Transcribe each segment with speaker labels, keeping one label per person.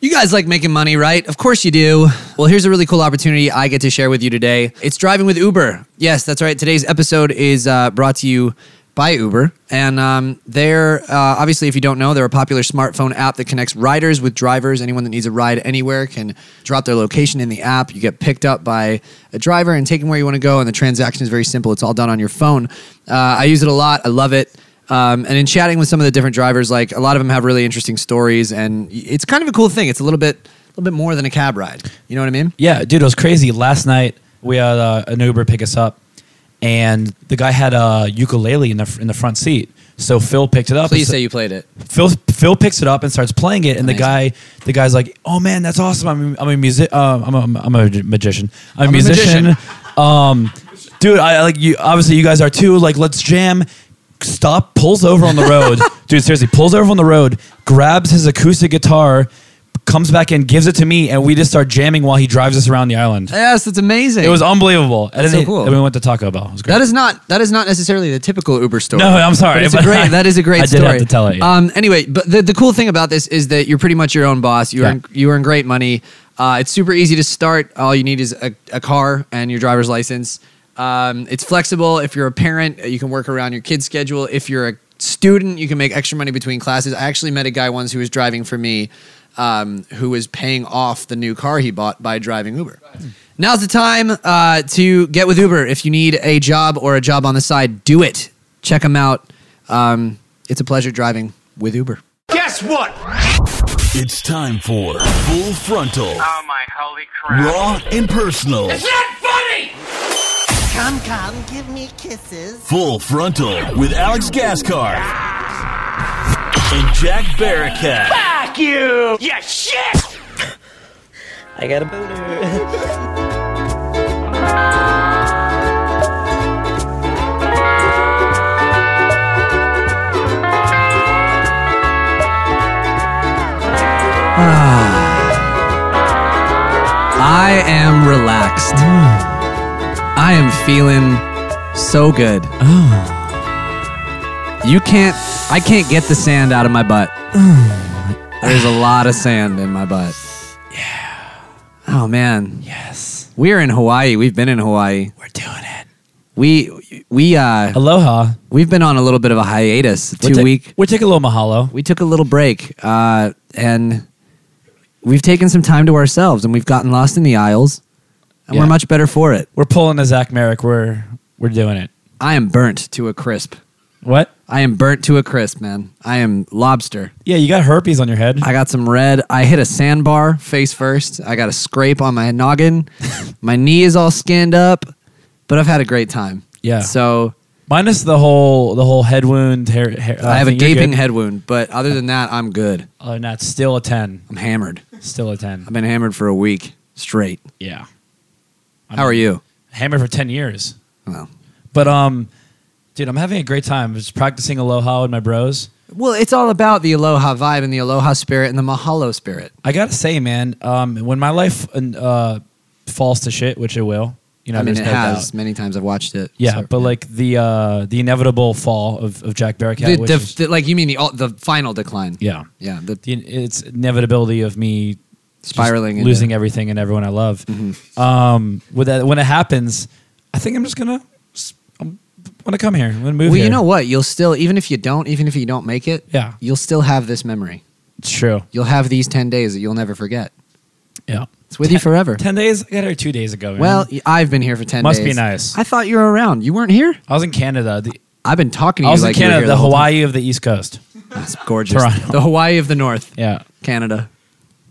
Speaker 1: You guys like making money, right? Of course you do. Well, here's a really cool opportunity I get to share with you today. It's driving with Uber. Yes, that's right. Today's episode is uh, brought to you by Uber. And um, they're uh, obviously, if you don't know, they're a popular smartphone app that connects riders with drivers. Anyone that needs a ride anywhere can drop their location in the app. You get picked up by a driver and taken where you want to go. And the transaction is very simple, it's all done on your phone. Uh, I use it a lot, I love it. Um, and in chatting with some of the different drivers, like a lot of them have really interesting stories, and y- it's kind of a cool thing. It's a little bit, a little bit more than a cab ride. You know what I mean?
Speaker 2: Yeah, dude, it was crazy. Last night we had uh, an Uber pick us up, and the guy had a ukulele in the in the front seat. So Phil picked it up.
Speaker 1: Please
Speaker 2: and so-
Speaker 1: say you played it.
Speaker 2: Phil Phil picks it up and starts playing it, and the guy
Speaker 1: Amazing.
Speaker 2: the guy's like, "Oh man, that's awesome! I'm I'm a music um, I'm a, I'm a magician. I'm a
Speaker 1: I'm a
Speaker 2: musician.
Speaker 1: magician.
Speaker 2: um, dude, I like you. Obviously, you guys are too. Like, let's jam." Stop. Pulls over on the road, dude. Seriously, pulls over on the road, grabs his acoustic guitar, comes back and gives it to me, and we just start jamming while he drives us around the island.
Speaker 1: Yes, it's amazing.
Speaker 2: It was unbelievable. and
Speaker 1: That's
Speaker 2: then
Speaker 1: so cool.
Speaker 2: And we went to Taco Bell. It was great.
Speaker 1: That is not that is not necessarily the typical Uber story.
Speaker 2: No, I'm sorry,
Speaker 1: But it's a
Speaker 2: but
Speaker 1: great.
Speaker 2: I-
Speaker 1: that is a great
Speaker 2: I did
Speaker 1: story.
Speaker 2: have to tell it, yeah.
Speaker 1: Um. Anyway, but the, the cool thing about this is that you're pretty much your own boss. You
Speaker 2: Yeah.
Speaker 1: earn you earn great money. Uh, it's super easy to start. All you need is a, a car and your driver's license. Um, it's flexible. If you're a parent, uh, you can work around your kid's schedule. If you're a student, you can make extra money between classes. I actually met a guy once who was driving for me, um, who was paying off the new car he bought by driving Uber. Now's the time uh, to get with Uber. If you need a job or a job on the side, do it. Check them out. Um, it's a pleasure driving with Uber.
Speaker 3: Guess what?
Speaker 4: It's time for Full Frontal,
Speaker 5: Oh my holy crap.
Speaker 4: Raw and Personal.
Speaker 6: Come, come, give me kisses.
Speaker 4: Full Frontal with Alex Gascar and Jack Barricat.
Speaker 3: Fuck you! Yeah, shit!
Speaker 7: I got a booter.
Speaker 1: I am relaxed. I am feeling so good. You can't, I can't get the sand out of my butt. There's a lot of sand in my butt. Yeah. Oh, man.
Speaker 2: yes,
Speaker 1: We're in Hawaii. We've been in Hawaii.
Speaker 2: we're doing it.
Speaker 1: We, we, uh,
Speaker 2: Aloha.
Speaker 1: We've been on a little bit of a hiatus, a
Speaker 2: We'll
Speaker 1: two
Speaker 2: ta-
Speaker 1: week.
Speaker 2: We'll take a little mahalo.
Speaker 1: We took a little break, uh, and we've taken some time to ourselves, and we've gotten lost in the aisles, and we're
Speaker 2: Yeah.
Speaker 1: much better for it.
Speaker 2: We're pulling a Zach Merrick. We're we're doing it.
Speaker 1: I am burnt to a crisp.
Speaker 2: What?
Speaker 1: I am burnt to a crisp, man. I am lobster.
Speaker 2: Yeah, you got herpes on your head.
Speaker 1: I got some red. I hit a sandbar face first. I got a scrape on my noggin. my knee is all skinned up, but I've had a great time.
Speaker 2: Yeah.
Speaker 1: So
Speaker 2: Minus the whole the whole head wound. Hair, hair, uh,
Speaker 1: I have a
Speaker 2: thing, you're
Speaker 1: gaping
Speaker 2: good.
Speaker 1: head wound, but other than that, I'm good.
Speaker 2: Oh, not still a ten.
Speaker 1: I'm hammered.
Speaker 2: Still a ten.
Speaker 1: I've been hammered for a week straight.
Speaker 2: Yeah.
Speaker 1: How are you?
Speaker 2: Hammer for ten years.
Speaker 1: Well,
Speaker 2: But um, dude, I'm having a great time. Just practicing aloha with my bros.
Speaker 1: well, it's all about the aloha vibe and the aloha spirit and the mahalo spirit.
Speaker 2: I gotta say, man, um, when my life uh, falls to shit, which it will, you know,
Speaker 1: I mean,
Speaker 2: there's
Speaker 1: it
Speaker 2: no
Speaker 1: has
Speaker 2: doubt.
Speaker 1: many times I've watched it.
Speaker 2: Yeah,
Speaker 1: So-
Speaker 2: but like the uh, the inevitable fall of, of Jack Barricat,
Speaker 1: The-
Speaker 2: which
Speaker 1: the-
Speaker 2: is,
Speaker 1: the- like you mean the all- the final decline?
Speaker 2: yeah,
Speaker 1: yeah, the
Speaker 2: the, it's inevitability of me just
Speaker 1: Spiraling into- Mm-hmm.
Speaker 2: losing everything and everyone I love. Um, with that, when it happens, I think I'm just gonna s- I'm gonna come here. I'm gonna move.
Speaker 1: Well,
Speaker 2: here.
Speaker 1: you know what? You'll still, even if you don't, even if you don't make it,
Speaker 2: Yeah.
Speaker 1: you'll still have this memory.
Speaker 2: it's true.
Speaker 1: You'll have these ten days that you'll never forget.
Speaker 2: Yeah,
Speaker 1: It's with you forever.
Speaker 2: ten days. I got here two days ago. man.
Speaker 1: well, y- I've been here for ten.
Speaker 2: Must be
Speaker 1: days.
Speaker 2: nice.
Speaker 1: I thought you were around. You weren't here.
Speaker 2: I was in Canada. The,
Speaker 1: I've been talking to
Speaker 2: I
Speaker 1: you
Speaker 2: was
Speaker 1: like
Speaker 2: in
Speaker 1: you were here
Speaker 2: Canada, the
Speaker 1: the whole time.
Speaker 2: Hawaii of the East Coast.
Speaker 1: That's gorgeous.
Speaker 2: Toronto.
Speaker 1: The Hawaii of the North.
Speaker 2: Yeah.
Speaker 1: Canada.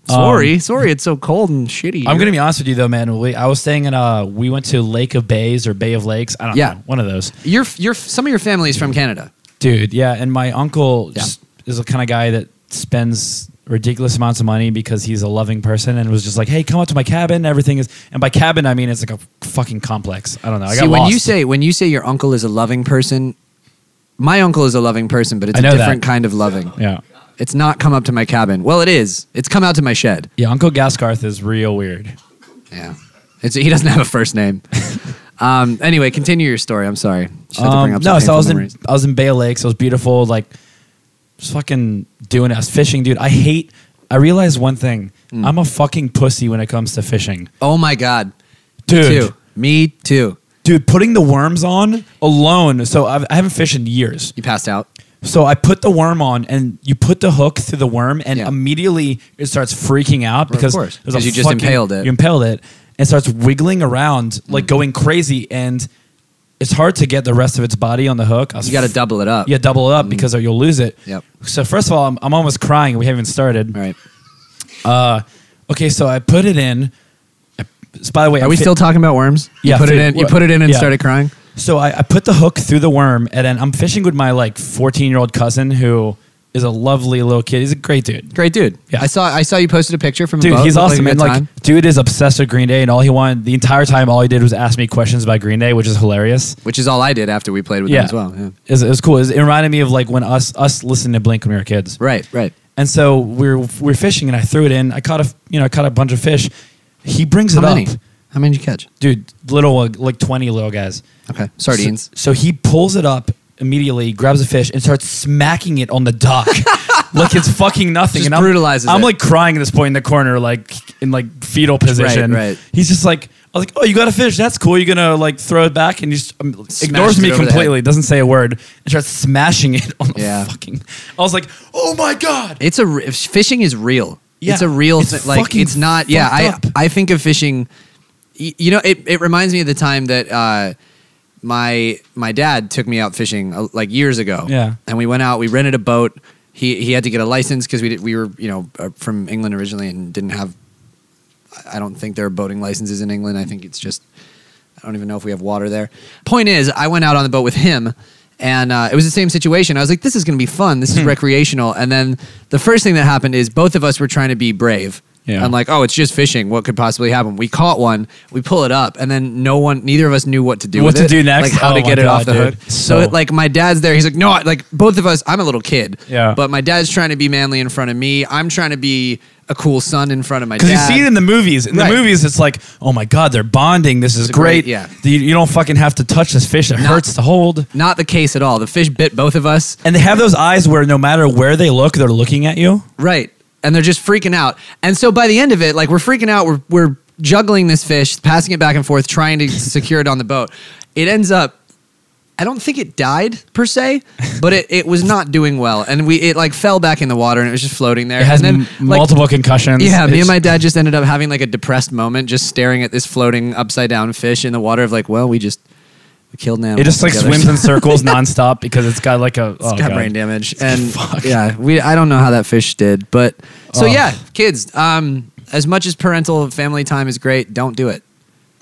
Speaker 2: Um,
Speaker 1: Sorry, sorry, it's so cold and shitty.
Speaker 2: I'm
Speaker 1: here.
Speaker 2: gonna be honest with you though, man. We, I was staying in uh, we went to Lake of Bays or Bay of Lakes. I don't
Speaker 1: Yeah.
Speaker 2: know, one of those.
Speaker 1: Your your some of your family is from Canada.
Speaker 2: dude yeah and my uncle
Speaker 1: Yeah.
Speaker 2: s- is the kind of guy that spends ridiculous amounts of money because he's a loving person and was just like hey come up to my cabin everything is and by cabin i mean it's like a fucking complex i don't know i
Speaker 1: See,
Speaker 2: got
Speaker 1: when
Speaker 2: lost.
Speaker 1: you say when you say your uncle is a loving person, my uncle is a loving person, but it's
Speaker 2: I
Speaker 1: a
Speaker 2: know that.
Speaker 1: different kind of loving.
Speaker 2: yeah
Speaker 1: It's not come up to my cabin. Well, it is. It's come out to my shed.
Speaker 2: yeah uncle gaskarth is real weird
Speaker 1: Yeah. It's, he doesn't have a first name. um, anyway, continue your story. I'm sorry. Just had to bring
Speaker 2: Um,
Speaker 1: up some
Speaker 2: no so i
Speaker 1: painful
Speaker 2: was
Speaker 1: memories.
Speaker 2: in i was in bay lakes it was beautiful like just fucking doing it i was fishing dude i hate I realized one thing.
Speaker 1: Mm.
Speaker 2: I'm a fucking pussy when it comes to fishing.
Speaker 1: Oh my god,
Speaker 2: Dude.
Speaker 1: Me too. Me too.
Speaker 2: Dude, putting the worms on alone. So I've, I haven't fished in years.
Speaker 1: You passed out.
Speaker 2: So I put the worm on, and you put the hook through the worm, and
Speaker 1: Yeah.
Speaker 2: immediately it starts freaking out because
Speaker 1: course,
Speaker 2: there's a
Speaker 1: 'cause you just
Speaker 2: fucking-
Speaker 1: impaled it. Mm.
Speaker 2: You impaled it, and starts wiggling around like going crazy, and it's hard to get the rest of its body on the hook. I was
Speaker 1: You got to double it up.
Speaker 2: yeah, double it up because or you'll lose it.
Speaker 1: Yep.
Speaker 2: So first of all, I'm, I'm almost crying. We haven't even started.
Speaker 1: All right.
Speaker 2: Okay, so I put it in. I- so by the way,
Speaker 1: Are we still talking about worms?
Speaker 2: Yeah,
Speaker 1: You put it
Speaker 2: food-
Speaker 1: in. You
Speaker 2: what-
Speaker 1: put it in and
Speaker 2: yeah.
Speaker 1: started crying.
Speaker 2: So I, I put the hook through the worm, and then I'm fishing with my like 14 year old cousin who is a lovely little kid. He's a great dude.
Speaker 1: Great dude.
Speaker 2: Yeah.
Speaker 1: I saw. I saw you posted a picture from. a
Speaker 2: Dude,
Speaker 1: boat.
Speaker 2: he's
Speaker 1: Looked like a
Speaker 2: awesome.
Speaker 1: good
Speaker 2: and like,
Speaker 1: time.
Speaker 2: dude is obsessed with Green Day, and all he wanted the entire time, all he did was ask me questions about Green Day, which is hilarious.
Speaker 1: which is all I did after we played with
Speaker 2: Yeah,
Speaker 1: them as well. Yeah.
Speaker 2: It, was, it was cool. It, was- it reminded me of like when us us listening to Blink when we were kids.
Speaker 1: Right. Right.
Speaker 2: And so we're we're fishing, and I threw it in. I caught a you know I caught a bunch of fish. He brings
Speaker 1: How
Speaker 2: it
Speaker 1: many?
Speaker 2: up,
Speaker 1: How many did you catch?
Speaker 2: dude. Little one- like 20 little guys.
Speaker 1: Okay. Sardines.
Speaker 2: So, so he pulls it up immediately, grabs a fish, and starts smacking it on the dock. like it's fucking nothing.
Speaker 1: Just
Speaker 2: and I'm,
Speaker 1: brutalizes
Speaker 2: I'm
Speaker 1: it.
Speaker 2: like crying at this point in the corner, like in like fetal position.
Speaker 1: right.
Speaker 2: He's just like, I was like, oh, you got a fish. That's cool. You're going to like throw it back and he just um, ignores
Speaker 1: it
Speaker 2: me
Speaker 1: over the head.
Speaker 2: completely. Doesn't say a word and starts smashing it on the
Speaker 1: Yeah.
Speaker 2: fucking. I was like, oh my God.
Speaker 1: It's a re- fishing is real.
Speaker 2: Yeah.
Speaker 1: It's a real
Speaker 2: It's
Speaker 1: thing. Like
Speaker 2: fucking
Speaker 1: it's not. Yeah. I
Speaker 2: fucked up.
Speaker 1: I think of fishing. y- You know, it, it reminds me of the time that uh, my my dad took me out fishing uh, like years ago.
Speaker 2: Yeah.
Speaker 1: And we went out. We rented a boat. He he had to get a license because we did, we were you know uh, from England originally and didn't have. I- I don't think there are boating licenses in England. I think it's just. I don't even know if we have water there. Point is, I went out on the boat with him, and uh, it was the same situation. I was like, "This is going to be fun. This is
Speaker 2: Hmm.
Speaker 1: recreational." And then the first thing that happened is both of us were trying to be brave.
Speaker 2: Yeah.
Speaker 1: I'm like, "Oh, it's just fishing. What could possibly happen?" We caught one, we pull it up, and then no one, neither of us knew what to do.
Speaker 2: What
Speaker 1: with
Speaker 2: to
Speaker 1: it,
Speaker 2: do next?
Speaker 1: Like how
Speaker 2: Oh
Speaker 1: to
Speaker 2: my
Speaker 1: get it
Speaker 2: God,
Speaker 1: off the
Speaker 2: dude.
Speaker 1: hook. So,
Speaker 2: So-
Speaker 1: it, like my dad's there. He's like, "No," I- like both of us. I'm a little kid.
Speaker 2: Yeah.
Speaker 1: But my dad's trying to be manly in front of me. I'm trying to be a cool son in front of my dad.
Speaker 2: Because you see it in the movies. In
Speaker 1: Right.
Speaker 2: the movies, it's like, oh my God, they're bonding. This is
Speaker 1: a great-
Speaker 2: great.
Speaker 1: yeah.
Speaker 2: You, you don't fucking have to touch this fish. It
Speaker 1: Not-
Speaker 2: hurts to hold.
Speaker 1: Not the case at all. The fish bit both of us.
Speaker 2: And they have those eyes where no matter where they look, they're looking at you.
Speaker 1: Right. And they're just freaking out. And so by the end of it, like we're freaking out, we're, we're juggling this fish, passing it back and forth, trying to secure it on the boat. It ends up, I don't think it died per se, but it, it was not doing well. And we, it like fell back in the water and it was just floating there.
Speaker 2: It has
Speaker 1: and
Speaker 2: m- multiple concussions.
Speaker 1: Yeah, me and
Speaker 2: It's-
Speaker 1: my dad just ended up having like a depressed moment, just staring at this floating upside down fish in the water of like, well, we just we killed an animal.
Speaker 2: It just like
Speaker 1: together.
Speaker 2: swims in circles nonstop because it's got like a. oh,
Speaker 1: It's got
Speaker 2: God.
Speaker 1: brain damage, and
Speaker 2: Fuck.
Speaker 1: yeah, we I don't know how that fish did, but so
Speaker 2: Oh.
Speaker 1: yeah, kids. Um, as much as parental family time is great, don't do it.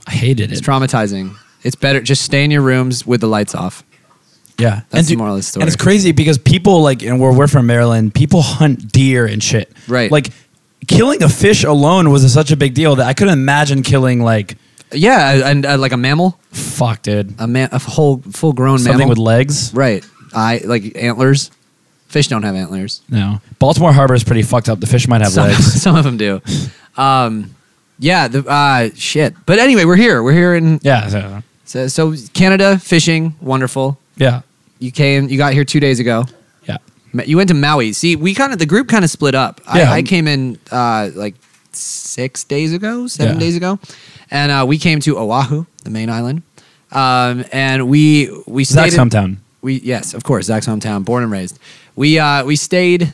Speaker 2: I hated
Speaker 1: It's
Speaker 2: it.
Speaker 1: traumatizing. It's better just stay in your rooms with the lights off.
Speaker 2: yeah,
Speaker 1: That's the moral of the story.
Speaker 2: And it's crazy because people like, and where we're from Maryland, people hunt deer and shit.
Speaker 1: Right.
Speaker 2: Like, killing a fish alone was such a big deal that I couldn't imagine killing like,
Speaker 1: Yeah, and uh, like a mammal,
Speaker 2: fuck, dude,
Speaker 1: a man, a whole full grown
Speaker 2: something
Speaker 1: mammal
Speaker 2: with legs.
Speaker 1: right? I like antlers. Fish don't have antlers.
Speaker 2: No, Baltimore Harbor is pretty fucked up. The fish might have
Speaker 1: Some,
Speaker 2: legs.
Speaker 1: some of them do. Um, yeah, the uh, shit. But anyway, we're here. We're here in
Speaker 2: Yeah. So,
Speaker 1: so, so Canada fishing, wonderful.
Speaker 2: yeah.
Speaker 1: You came. You got here two days ago.
Speaker 2: Yeah.
Speaker 1: Ma- You went to Maui. See, we kind of the group kind of split up.
Speaker 2: Yeah.
Speaker 1: I, I came in uh, like six days ago, seven
Speaker 2: Yeah.
Speaker 1: days ago, and uh, we came to Oahu, the main island, um, and we we stayed.
Speaker 2: Zach's
Speaker 1: in-
Speaker 2: hometown.
Speaker 1: We yes, of course, Zach's hometown, born and raised. We uh, we stayed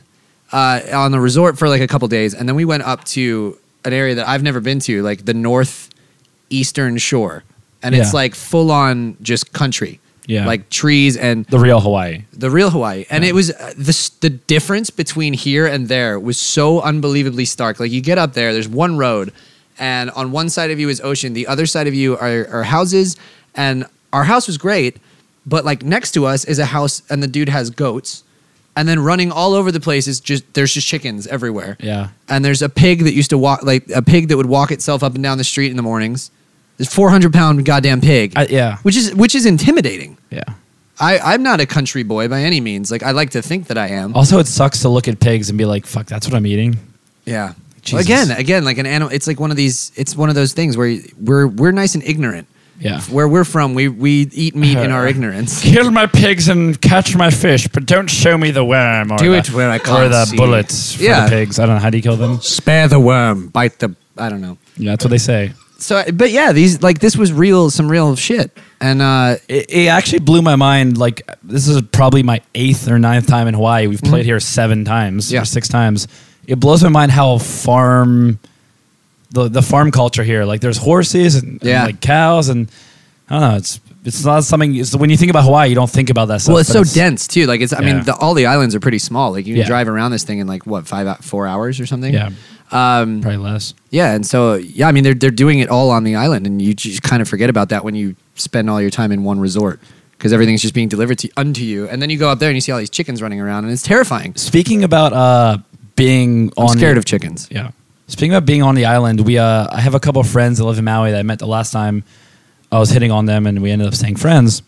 Speaker 1: uh, on the resort for like a couple days, and then we went up to an area that I've never been to, like the north eastern shore, and it's
Speaker 2: Yeah.
Speaker 1: like full on just country.
Speaker 2: Yeah.
Speaker 1: like trees and
Speaker 2: The real Hawaii.
Speaker 1: the real Hawaii, and it was uh, the s- the difference between here and there was so unbelievably stark. Like you get up there, there's one road, and on one side of you is ocean, the other side of you are, are houses, and our house was great, but like next to us is a house, and the dude has goats, and then running all over the place is just there's just chickens everywhere.
Speaker 2: Yeah.
Speaker 1: and there's a pig that used to walk like a pig that would walk itself up and down the street in the mornings. This 400 pound goddamn pig,
Speaker 2: I- yeah.
Speaker 1: which is which is intimidating.
Speaker 2: Yeah.
Speaker 1: I, I'm not a country boy by any means. Like I like to think that I am.
Speaker 2: Also, it sucks to look at pigs and be like, fuck, that's what I'm eating.
Speaker 1: Yeah.
Speaker 2: Jesus.
Speaker 1: Again, again, like an animal. It's like one of these. It's one of those things where you- we're we're nice and ignorant.
Speaker 5: Yeah.
Speaker 1: Where we're from, we we eat meat in our ignorance.
Speaker 5: Kill my pigs and catch my fish, but don't show me the worm or
Speaker 1: Do
Speaker 5: the,
Speaker 1: it where I
Speaker 5: or
Speaker 1: can't
Speaker 5: the
Speaker 1: see.
Speaker 5: bullets for
Speaker 1: Yeah.
Speaker 5: the pigs. I don't know how do you kill them.
Speaker 1: Spare the worm, bite the I don't know.
Speaker 5: Yeah, that's what they say.
Speaker 1: So, but yeah, these like this was real, some real shit, and uh,
Speaker 2: It, it actually blew my mind. Like this is probably my eighth or ninth time in Hawaii. We've played here seven times
Speaker 1: Mm-hmm. Yeah.
Speaker 2: or six times. It blows my mind how farm the the farm culture here. Like there's horses and, and,
Speaker 1: Yeah.
Speaker 2: like cows and I don't know. It's it's not something. It's, when you think about Hawaii, you don't think about that stuff.
Speaker 1: well, it's
Speaker 2: but
Speaker 1: so dense too. Like it's, I
Speaker 2: Yeah.
Speaker 1: mean, the, all the islands are pretty small. Like you can
Speaker 2: Yeah.
Speaker 1: drive around this thing in like what five, hou- four hours or something.
Speaker 2: Yeah,
Speaker 1: Um,
Speaker 2: probably less.
Speaker 1: yeah, and so yeah, I mean they're they're doing it all on the island, and you just kind of forget about that when you spend all your time in one resort because everything's just being delivered to unto you, and then you go up there and you see all these chickens running around, and it's terrifying.
Speaker 2: Speaking about uh being
Speaker 1: I'm
Speaker 2: on
Speaker 1: scared of chickens.
Speaker 2: Yeah. Speaking about being on the island, we uh, I have a couple of friends that live in Maui that I met the last time I was hitting on them, and we ended up staying friends.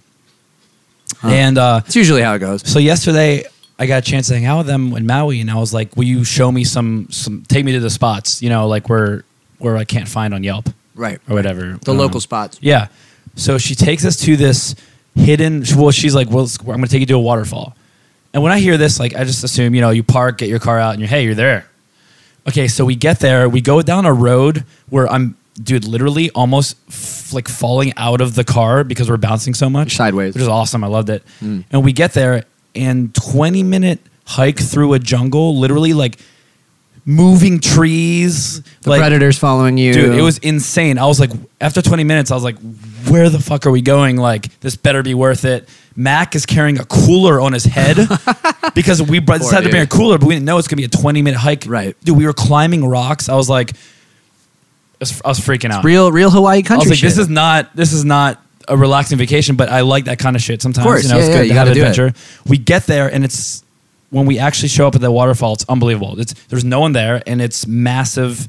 Speaker 2: And uh,
Speaker 1: It's usually how it goes.
Speaker 2: so yesterday, I got a chance to hang out with them in Maui, and I was like, "Will you show me some some? Take me to the spots, you know, like where where I can't find on Yelp
Speaker 1: Right.
Speaker 2: or whatever."
Speaker 1: The
Speaker 2: Um,
Speaker 1: local spots.
Speaker 2: yeah. So she takes us to this hidden. Well, she's like, "Well, I'm going to take you to a waterfall." And when I hear this, like, I just assume, you know, you park, get your car out, and you're, hey, you're there. Okay, so we get there. We go down a road where I'm, dude, literally almost f- like falling out of the car because we're bouncing so much
Speaker 1: Sideways. Mm.
Speaker 2: which is awesome. I loved it. And we get there, and 20 minute hike through a jungle, literally like moving trees,
Speaker 1: The
Speaker 2: like
Speaker 1: predators following you.
Speaker 2: Dude, it was insane. I was like, after 20 minutes, I was like, where the fuck are we going? Like, this better be worth it. Mac is carrying a cooler on his head because we brought-
Speaker 1: Poor
Speaker 2: decided to bring a
Speaker 1: dude.
Speaker 2: cooler, but we didn't know it's gonna be a 20 minute hike.
Speaker 1: Right.
Speaker 2: Dude, we were climbing rocks. I was like, I was, I was freaking out.
Speaker 1: real real Hawaii
Speaker 2: I
Speaker 1: country.
Speaker 2: was like,
Speaker 1: shit.
Speaker 2: this is not this is not a relaxing vacation, but I like that kind of shit sometimes.
Speaker 1: course,
Speaker 2: you know,
Speaker 1: yeah,
Speaker 2: it's
Speaker 1: yeah,
Speaker 2: good
Speaker 1: you
Speaker 2: to have
Speaker 1: gotta do it.
Speaker 2: adventure. We get there and it's when we actually show up at the waterfall, it's unbelievable. It's there's no one there and it's massive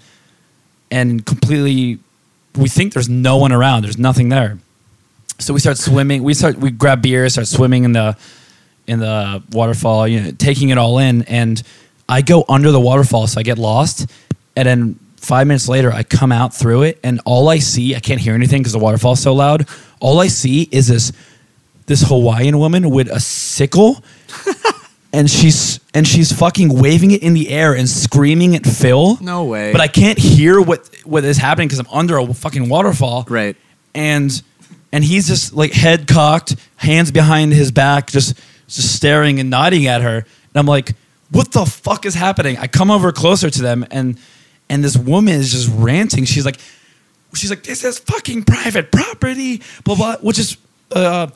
Speaker 2: and completely we think there's no one around. There's nothing there. So we start swimming. We start we grab beer, start swimming in the in the waterfall, you know, taking it all in. And I go under the waterfall, so I get lost. And then five minutes later, I come out through it, and all I see, I can't hear anything because the waterfall's so loud. All I see is this this Hawaiian woman with a sickle. And she's and she's fucking waving it in the air and screaming at Phil.
Speaker 1: No way.
Speaker 2: But I can't hear what what is happening because I'm under a fucking waterfall
Speaker 1: Right.
Speaker 2: and and he's just like head cocked, hands behind his back, just just staring and nodding at her. And I'm like, what the fuck is happening? I come over closer to them, and and this woman is just ranting. She's like, she's like, this is fucking private property, blah blah, which is. Uh,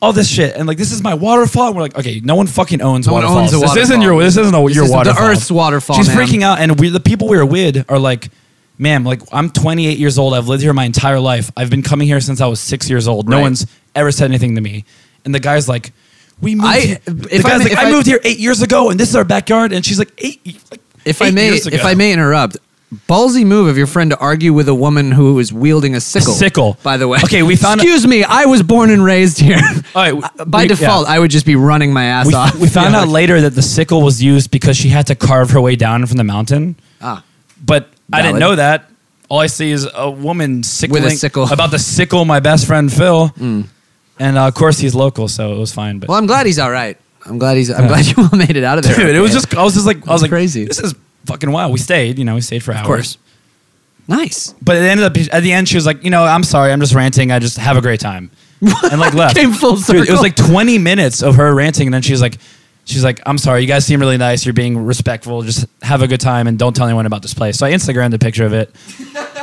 Speaker 2: all this shit and like this is my waterfall and we're like okay no one fucking owns
Speaker 1: No one
Speaker 2: waterfalls
Speaker 1: owns a
Speaker 2: this isn't
Speaker 1: waterfall.
Speaker 2: your this isn't a,
Speaker 1: This
Speaker 2: your
Speaker 1: isn't the
Speaker 2: waterfall
Speaker 1: Earth's waterfall,
Speaker 2: she's
Speaker 1: ma'am.
Speaker 2: freaking out and we the people we were with are like ma'am like i'm 28 years old i've lived here my entire life i've been coming here since i was six years old no
Speaker 1: Right.
Speaker 2: one's ever said anything to me and the guy's like we moved
Speaker 1: I-
Speaker 2: here. the
Speaker 1: if I
Speaker 2: guy's
Speaker 1: may-
Speaker 2: like
Speaker 1: if
Speaker 2: i
Speaker 1: I-
Speaker 2: moved here eight years ago and this is our backyard and she's like eight like,
Speaker 1: If I
Speaker 2: eight
Speaker 1: may,
Speaker 2: years
Speaker 1: if
Speaker 2: ago."
Speaker 1: I may interrupt, ballsy move of your friend to argue with a woman who is wielding a sickle.
Speaker 2: Sickle.
Speaker 1: by the way.
Speaker 2: Okay, we found-
Speaker 1: Excuse me, I was born and raised here.
Speaker 2: All right, we-
Speaker 1: Uh, by
Speaker 2: we-
Speaker 1: default,
Speaker 2: yeah.
Speaker 1: I would just be running my ass
Speaker 2: we,
Speaker 1: off.
Speaker 2: we found
Speaker 1: Yeah.
Speaker 2: out later that the sickle was used because she had to carve her way down from the mountain
Speaker 1: Ah,
Speaker 2: but I didn't
Speaker 1: Valid.
Speaker 2: know that. All I see is a woman sickling
Speaker 1: sickle. Mm.
Speaker 2: about the sickle my best friend Phil, and uh, of course he's local, so it was fine. But
Speaker 1: well, I'm glad he's all right. I'm glad he's. I'm glad you all made it out of there.
Speaker 2: dude, it was
Speaker 1: okay.
Speaker 2: just I was just like I
Speaker 1: That's
Speaker 2: was like
Speaker 1: crazy.
Speaker 2: This is fucking wild. We stayed, you know, we stayed for hours.
Speaker 1: of course. Nice.
Speaker 2: But it ended up at the end. She was like, you know, I'm sorry, I'm just ranting. I just have a great time, and like left.
Speaker 1: Came full
Speaker 2: Dude, it was
Speaker 1: circle.
Speaker 2: like 20 minutes of her ranting, and then she's like, she's like, I'm sorry, you guys seem really nice. You're being respectful. Just have a good time, and don't tell anyone about this place. So I Instagrammed a picture of it.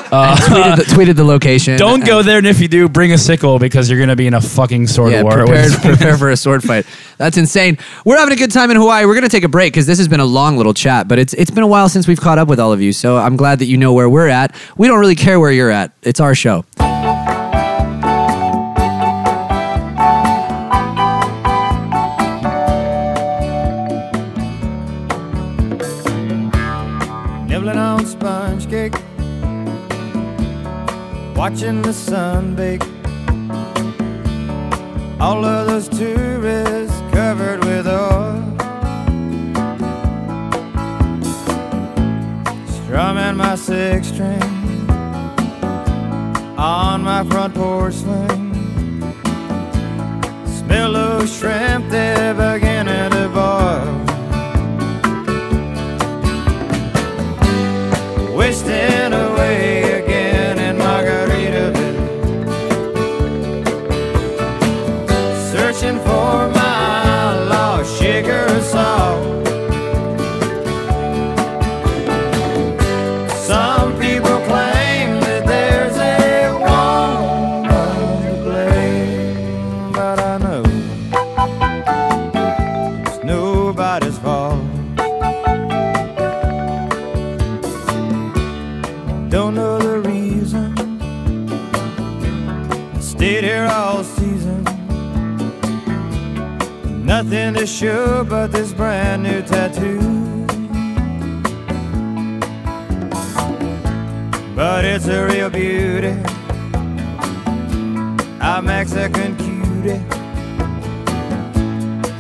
Speaker 1: tweeted, the, tweeted the location.
Speaker 2: Don't
Speaker 1: and-
Speaker 2: go there, and if you do, bring a sickle because you're gonna be in a fucking sword
Speaker 1: Yeah,
Speaker 2: war.
Speaker 1: prepared, prepare for a sword fight. That's insane. We're having a good time in Hawaii. We're going to take a break because this has been a long little chat, but it's it's been a while since we've caught up with all of you. So I'm glad that you know where we're at. We don't really care where you're at. It's our show.
Speaker 8: nibbling on sponge cake, watching the sun bake. All of those tourists covered with oil, strumming my six string.
Speaker 9: on my front porch swing. Smell of shrimp they're beginning to boil. Wasting away again in Margaritaville. Searching for my lost sugar salt. Some people claim that there's a woman to blame, but I know it's nobody's fault. Don't know the reason. Stayed here all season. Nothing to show but this brand new tattoo. but it's a real beauty. A Mexican cutie.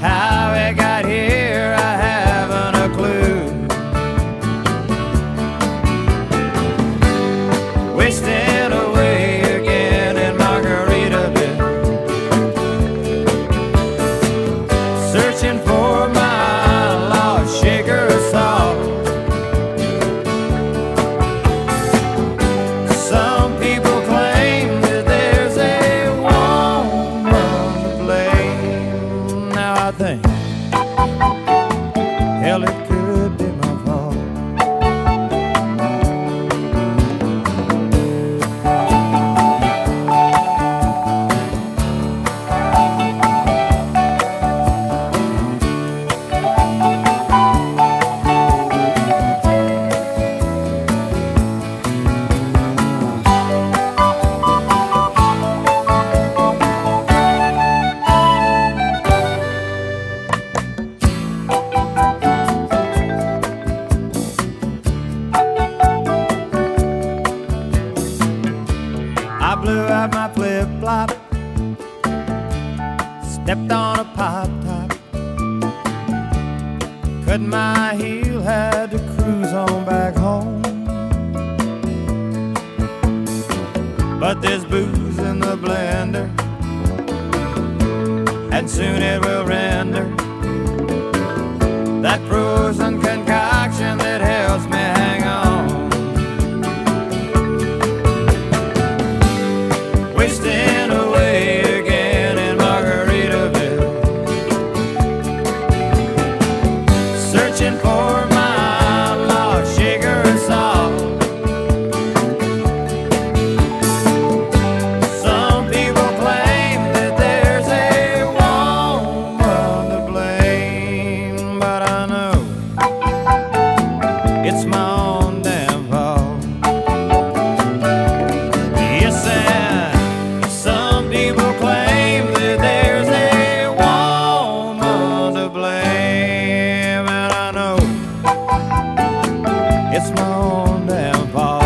Speaker 9: How it got here, I haven't a clue. Wasting away again in Margaritaville. Searching for my lost sugar salt. Some people claim that there's a woman to blame. Now I think, hell, it could be my fault. I blew out my flip flop, stepped on a pop top, cut my heel, had to cruise on back home. But there's booze in the blender, and soon it will render that frozen concoction that helps me hang on. wasting away again in Margaritaville. Searching for my lost sugar salt. Some people claim that there's a woman to blame, but I know it's my own damn fault. Yes, and some people claim that there's a woman to blame, and I know it's my own damn fault.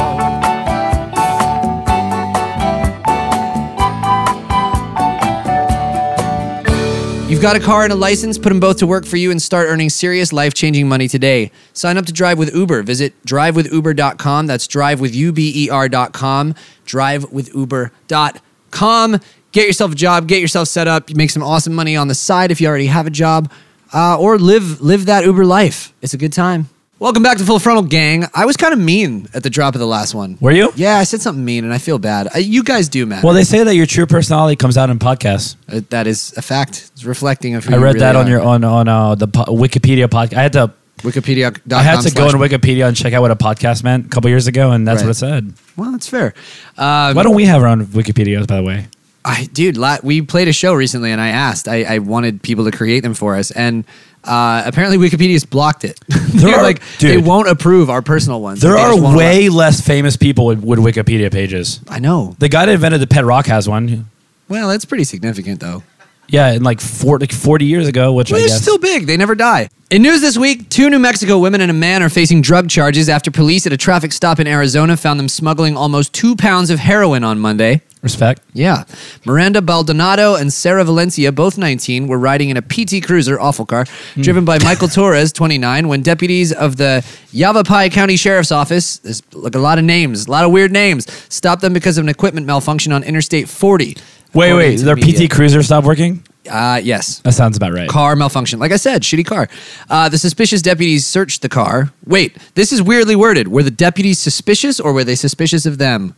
Speaker 1: You've got a car and a license, put them both to work for you and start earning serious life changing money today. Sign up to Drive with Uber. Visit drivewithuber.com. That's drive with U-B-E-R.com. Drivewithuber.com. Get yourself a job, get yourself set up, you make some awesome money on the side if you already have a job, uh, or live, live that Uber life. It's a good time. Welcome back to Full Frontal Gang. I was kind of mean at the drop of the last one.
Speaker 2: Were you?
Speaker 1: Yeah, I said something mean and I feel bad. Uh, you guys do, man.
Speaker 2: Well, they say that your true personality comes out in podcasts.
Speaker 1: Uh, that is a fact. It's reflecting of who
Speaker 2: I
Speaker 1: you
Speaker 2: read
Speaker 1: really
Speaker 2: that on
Speaker 1: are.
Speaker 2: your on on uh, the po- Wikipedia podcast. I had to
Speaker 1: Wikipedia.com.
Speaker 2: I had to go
Speaker 1: slash-
Speaker 2: on Wikipedia and check out what a podcast meant a couple years ago, and that's
Speaker 1: Right.
Speaker 2: what it said.
Speaker 1: Well, that's fair. Um,
Speaker 2: Why don't we have our own Wikipedias, by the way?
Speaker 1: I, dude, la- we played a show recently, and I asked. I, I wanted people to create them for us, and uh, apparently Wikipedia's blocked it. They're
Speaker 2: are-
Speaker 1: like
Speaker 2: dude.
Speaker 1: they won't approve our personal ones.
Speaker 2: There
Speaker 1: They
Speaker 2: are
Speaker 1: just won't
Speaker 2: way less famous people with, with Wikipedia pages.
Speaker 1: allow- I know.
Speaker 2: The guy that invented the pet rock has one.
Speaker 1: Well, that's pretty significant, though.
Speaker 2: Yeah, and like 40, like 40 years ago, which
Speaker 1: Well,
Speaker 2: I
Speaker 1: they're
Speaker 2: guess.
Speaker 1: still big. They never die. In news this week, two New Mexico women and a man are facing drug charges after police at a traffic stop in Arizona found them smuggling almost two pounds of heroin on Monday.
Speaker 2: Respect.
Speaker 1: Yeah. Miranda Baldonado and Sarah Valencia, both 19, were riding in a PT Cruiser, awful car,
Speaker 2: Hmm.
Speaker 1: driven by Michael Torres, 29, when deputies of the Yavapai County Sheriff's Office, there's like a lot of names, a lot of weird names, stopped them because of an equipment malfunction on Interstate 40.
Speaker 2: Wait,
Speaker 1: according
Speaker 2: wait.
Speaker 1: to
Speaker 2: Their
Speaker 1: media.
Speaker 2: PT Cruiser stopped working?
Speaker 1: Uh, yes.
Speaker 2: That sounds about right.
Speaker 1: Car malfunction. Like I said, shitty car. Uh, the suspicious deputies searched the car. Wait, this is weirdly worded. Were the deputies suspicious or were they suspicious of them?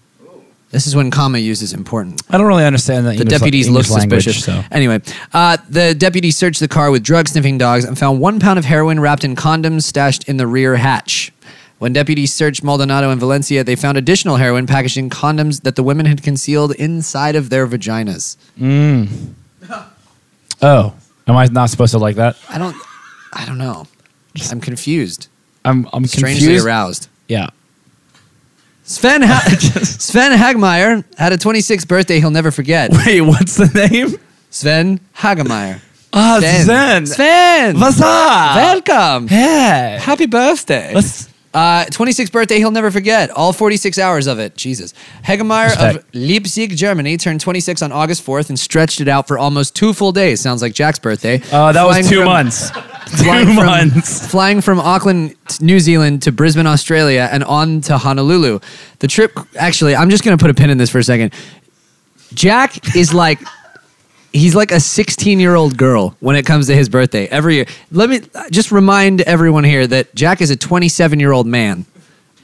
Speaker 1: This is when comma use is important.
Speaker 2: I don't really understand that.
Speaker 1: The deputies looked suspicious. Anyway, uh, the deputy searched the car with drug sniffing dogs and found one pound of heroin wrapped in condoms stashed in the rear hatch. When deputies searched Maldonado and Valencia, they found additional heroin packaged in condoms that the women had concealed inside of their vaginas.
Speaker 2: Oh, am I not supposed to like that?
Speaker 1: I don't, I don't know. I'm confused.
Speaker 2: I'm, I'm
Speaker 1: Strangely
Speaker 2: confused.
Speaker 1: aroused.
Speaker 2: Yeah.
Speaker 1: Sven, ha- Sven Hagmeyer had a 26th birthday he'll never forget.
Speaker 2: Wait, what's the name?
Speaker 1: Sven Hagemeyer.
Speaker 2: Ah,
Speaker 1: Sven.
Speaker 2: Zen.
Speaker 1: Sven.
Speaker 2: What's up?
Speaker 1: Welcome.
Speaker 2: Hey.
Speaker 1: Happy birthday.
Speaker 2: Let's-
Speaker 1: Uh, 26th birthday, he'll never forget. All 46 hours of it. Jesus. Hegemeyer of
Speaker 2: Respect.
Speaker 1: Leipzig, Germany, turned 26 on August 4th and stretched it out for almost two full days. Sounds like Jack's birthday.
Speaker 2: Uh, that
Speaker 1: Flying
Speaker 2: was two
Speaker 1: from-
Speaker 2: months.
Speaker 1: flying
Speaker 2: two
Speaker 1: from-
Speaker 2: months.
Speaker 1: Flying from Auckland, New Zealand to Brisbane, Australia, and on to Honolulu. The trip, actually, I'm just going to put a pin in this for a second. Jack is like, he's like a 16 year old girl when it comes to his birthday every year. Let me just remind everyone here that Jack is a 27 year old man.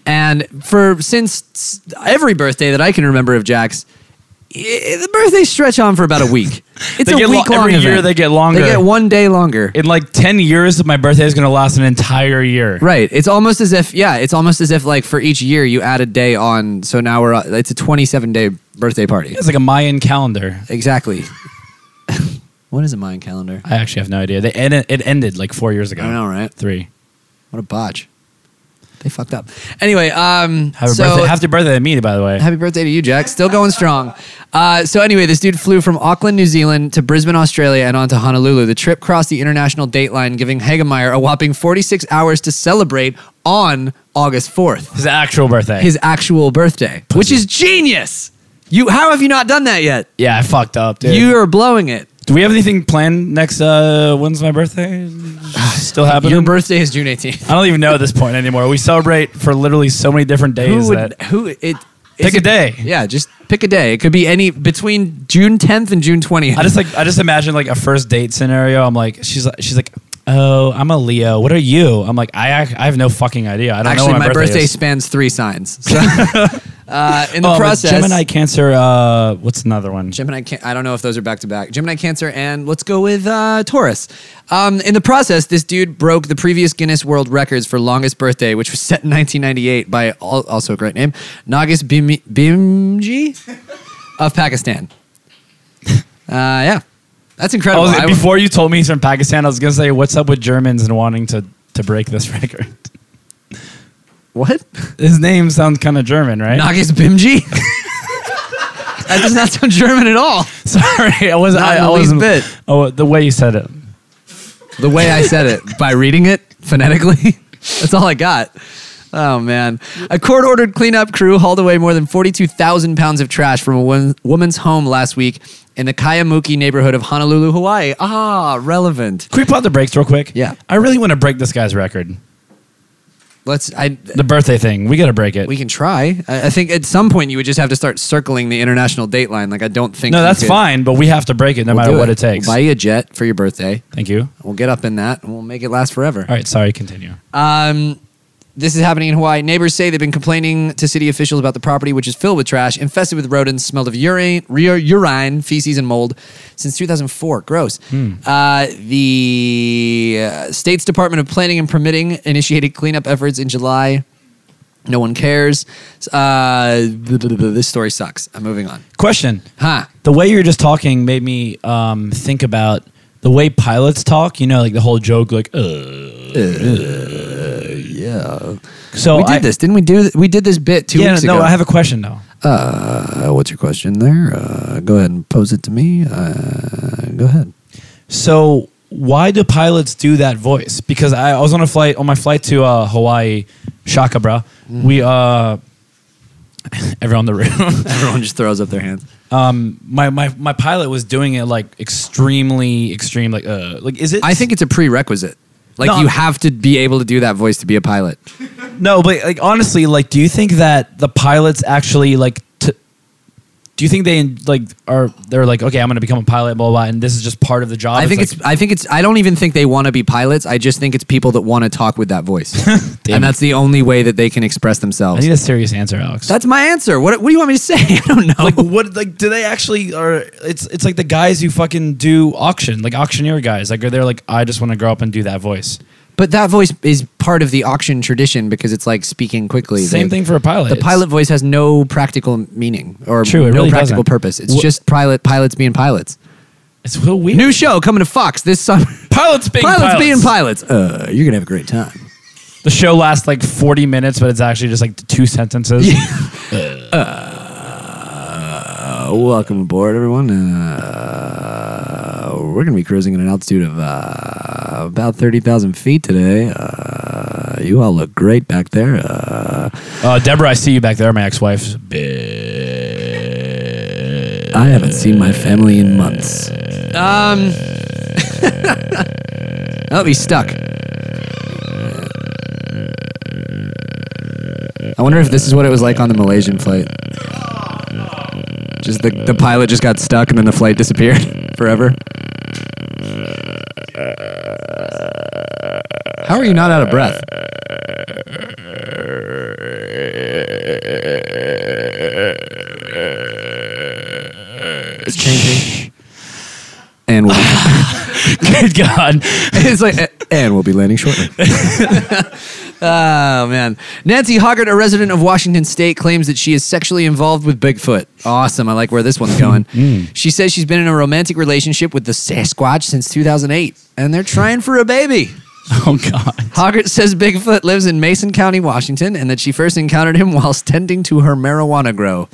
Speaker 1: And for since every birthday that I can remember of Jack's, i- the birthdays stretch on for about a week. It's
Speaker 2: They
Speaker 1: a
Speaker 2: get lo-
Speaker 1: week long
Speaker 2: every year
Speaker 1: event.
Speaker 2: they get longer.
Speaker 1: They get one day longer.
Speaker 2: In like 10 years, my birthday is going to last an entire year.
Speaker 1: Right. It's almost as if yeah, it's almost as if like for each year you add a day on. So now we're uh, it's a 27 day birthday party.
Speaker 2: It's like a Mayan calendar.
Speaker 1: Exactly. what is a Mayan calendar?
Speaker 2: I actually have no idea. They ended, it ended like four years ago.
Speaker 1: I know, right?
Speaker 2: Three.
Speaker 1: What a botch. They fucked up. Anyway, um
Speaker 2: Happy
Speaker 1: so
Speaker 2: birthday. Happy birthday to me, by the way.
Speaker 1: Happy birthday to you, Jack. Still going strong. Uh, so anyway, this dude flew from Auckland, New Zealand to Brisbane, Australia, and on to Honolulu. The trip crossed the international dateline, giving Hegemeyer a whopping 46 hours to celebrate on August 4th.
Speaker 2: His actual birthday.
Speaker 1: his actual birthday, which is genius. You, how have you not done that yet?
Speaker 2: yeah, I fucked up, dude.
Speaker 1: You are blowing it.
Speaker 2: Do we have anything planned next? Uh, when's my birthday? Still happening.
Speaker 1: Your birthday is June 18th.
Speaker 2: I don't even know at this point anymore. We celebrate for literally so many different days.
Speaker 1: Who would
Speaker 2: that
Speaker 1: who it?
Speaker 2: pick
Speaker 1: is
Speaker 2: a
Speaker 1: it-
Speaker 2: day.
Speaker 1: Yeah, just pick a day. It could be any between June 10th and June 20th.
Speaker 2: I just like I just imagine like a first date scenario. I'm like she's like she's like oh I'm a Leo. What are you? I'm like I ac- I have no fucking idea. I don't know
Speaker 1: Actually,
Speaker 2: what
Speaker 1: my birthday,
Speaker 2: is.
Speaker 1: spans three signs. So, uh, in the
Speaker 2: Oh, I'm a
Speaker 1: process,
Speaker 2: Gemini, Cancer. Uh, what's another one?
Speaker 1: Gemini can- I don't know if those are back to back. Gemini, Cancer, and let's go with uh, Taurus. Um, in the process, this dude broke the previous Guinness World Records for longest birthday, which was set in 1998 by al- also a great name, Nagis Bim- Bimji of Pakistan. Uh, yeah, that's
Speaker 2: I
Speaker 1: incredible.
Speaker 2: was-
Speaker 1: I w-
Speaker 2: Oh, before you told me he's from Pakistan, I was gonna say what's up with Germans and wanting to to break this record.
Speaker 1: what?
Speaker 2: His name sounds kind of German, right?
Speaker 1: Nagis Bimji? that does not sound German at all.
Speaker 2: Sorry, I was
Speaker 1: Not
Speaker 2: I,
Speaker 1: in the
Speaker 2: I
Speaker 1: least
Speaker 2: wasn't.
Speaker 1: bit.
Speaker 2: Oh, the way you said it.
Speaker 1: the way I said it by reading it phonetically. That's all I got. Oh man! A court-ordered cleanup crew hauled away more than forty-two thousand pounds of trash from a wom- woman's home last week in the Kaimuki neighborhood of Honolulu, Hawaii. Ah, relevant.
Speaker 2: Can we pop the brakes real quick?
Speaker 1: Yeah.
Speaker 2: I really want to break this guy's record.
Speaker 1: Let's. I.
Speaker 2: The birthday thing. We got to break it.
Speaker 1: We can try. I, I think at some point you would just have to start circling the international dateline. Like I don't think.
Speaker 2: no,
Speaker 1: you
Speaker 2: that's
Speaker 1: could-
Speaker 2: fine, but we have to break it no
Speaker 1: We'll
Speaker 2: matter
Speaker 1: do
Speaker 2: what it, takes.
Speaker 1: We'll buy you a jet for your birthday.
Speaker 2: Thank you.
Speaker 1: We'll get up in that and we'll make it last forever.
Speaker 2: All right, sorry, continue.
Speaker 1: Um, this is happening in Hawaii. Neighbors say they've been complaining to city officials about the property, which is filled with trash, infested with rodents, smelled of urine, re- urine feces, and mold since 2004. Gross.
Speaker 2: Hmm.
Speaker 1: Uh, the uh, state's Department of Planning and Permitting initiated cleanup efforts in July. No one cares. Uh, blah, blah, blah, this story sucks. I'm moving on.
Speaker 2: Question.
Speaker 1: Huh.
Speaker 2: The way you were just talking made me um, think about the way pilots talk, you know, like the whole joke, like, uh, yeah. So
Speaker 1: Uh, we did
Speaker 2: I,
Speaker 1: this, didn't we? Do th- we did this bit two
Speaker 2: yeah,
Speaker 1: weeks
Speaker 2: no,
Speaker 1: ago?
Speaker 2: I have a question though.
Speaker 1: Uh, what's your question there? Uh, go ahead and pose it to me. Uh, go ahead.
Speaker 2: So why do pilots do that voice? Because I, I was on a flight on my flight to uh, Hawaii,
Speaker 1: Mm.
Speaker 2: Shaka bra. We uh, everyone in the room.
Speaker 1: Everyone just throws up their hands.
Speaker 2: Um, my, my my pilot was doing it like extremely extreme. Like uh, like is it?
Speaker 1: I think it's a prerequisite. Like
Speaker 2: No.
Speaker 1: you have to be able to do that voice to be a pilot.
Speaker 2: No, but like honestly, like, do you think that the pilots actually like? T- do you think they like are they're like okay, I'm going to become a pilot, blah, blah blah, and this is just part of the job?
Speaker 1: I think it's,
Speaker 2: like-
Speaker 1: I think it's. I don't even think they want to be pilots. I just think it's people that want to talk with that voice,
Speaker 2: Damn
Speaker 1: and that's the only way that they can express
Speaker 2: I
Speaker 1: themselves.
Speaker 2: need a serious answer, Alex.
Speaker 1: that's my answer. What What do you want me to say? I don't know.
Speaker 2: like what like do they actually are it's it's like the guys who fucking do auction like auctioneer guys like are they like i just want to grow up and do that voice
Speaker 1: but that voice is part of the auction tradition because it's like speaking quickly.
Speaker 2: same
Speaker 1: They-
Speaker 2: thing for a pilot
Speaker 1: The
Speaker 2: It's-
Speaker 1: pilot voice has no practical meaning or
Speaker 2: True, it
Speaker 1: no
Speaker 2: really
Speaker 1: practical
Speaker 2: doesn't.
Speaker 1: purpose. It's
Speaker 2: Wh-
Speaker 1: just pilot pilots being pilots.
Speaker 2: it's a little weird
Speaker 1: New show coming to Fox this summer.
Speaker 2: pilots being
Speaker 1: pilots,
Speaker 2: pilots,
Speaker 1: being pilots. Uh, you're gonna have a great time.
Speaker 2: the show lasts like 40 minutes but it's actually just like two sentences
Speaker 1: Uh, welcome aboard, everyone. Uh, we're gonna be cruising at an altitude of uh, about thirty thousand feet today. Uh, you all look great back there. Uh,
Speaker 2: uh, deborah i see you back there my ex-wife Bi-
Speaker 1: I haven't seen my family in months. Um. oh, he's stuck. I wonder if this is what it was like on the Malaysian flight. Just the, the pilot just got stuck and then the flight disappeared forever. How are you not out of breath? It's changing. And we'll be,
Speaker 2: good god
Speaker 1: it's like, and we'll be landing shortly. oh man, Nancy Hoggart, a resident of Washington State, claims that she is sexually involved with Bigfoot. Awesome, I like where this one's going. she says she's been in a romantic relationship with the Sasquatch since 2008, and they're trying for a baby.
Speaker 2: oh god
Speaker 1: Hoggart says Bigfoot lives in Mason County, Washington, and that she first encountered him whilst tending to her marijuana grow.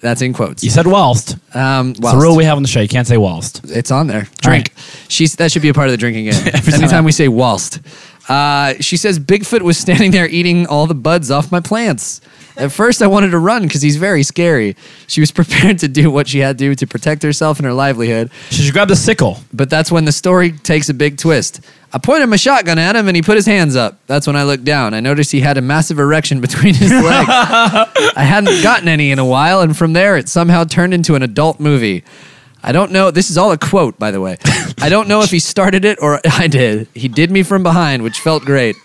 Speaker 1: That's in quotes.
Speaker 2: you said whilst.
Speaker 1: Um,
Speaker 2: it's the
Speaker 1: whilst.
Speaker 2: rule we have on the show you can't say whilst
Speaker 1: It's on there. Drink. She's that should be a part of the drinking game. Anytime we say whilst. Uh, she says Bigfoot was standing there eating all the buds off my plants. At first, I wanted to run because he's very scary. She was prepared to do what she had to do to protect herself and her livelihood,
Speaker 2: she should grab the sickle
Speaker 1: but that's when the story takes a big twist. I pointed my shotgun at him and he put his hands up. That's when I looked down. I noticed he had a massive erection between his legs. I hadn't gotten any in a while, and from there it somehow turned into an adult movie. I don't know. This is all a quote, by the way. I don't know if he started it or I did. He did me from behind, which felt great.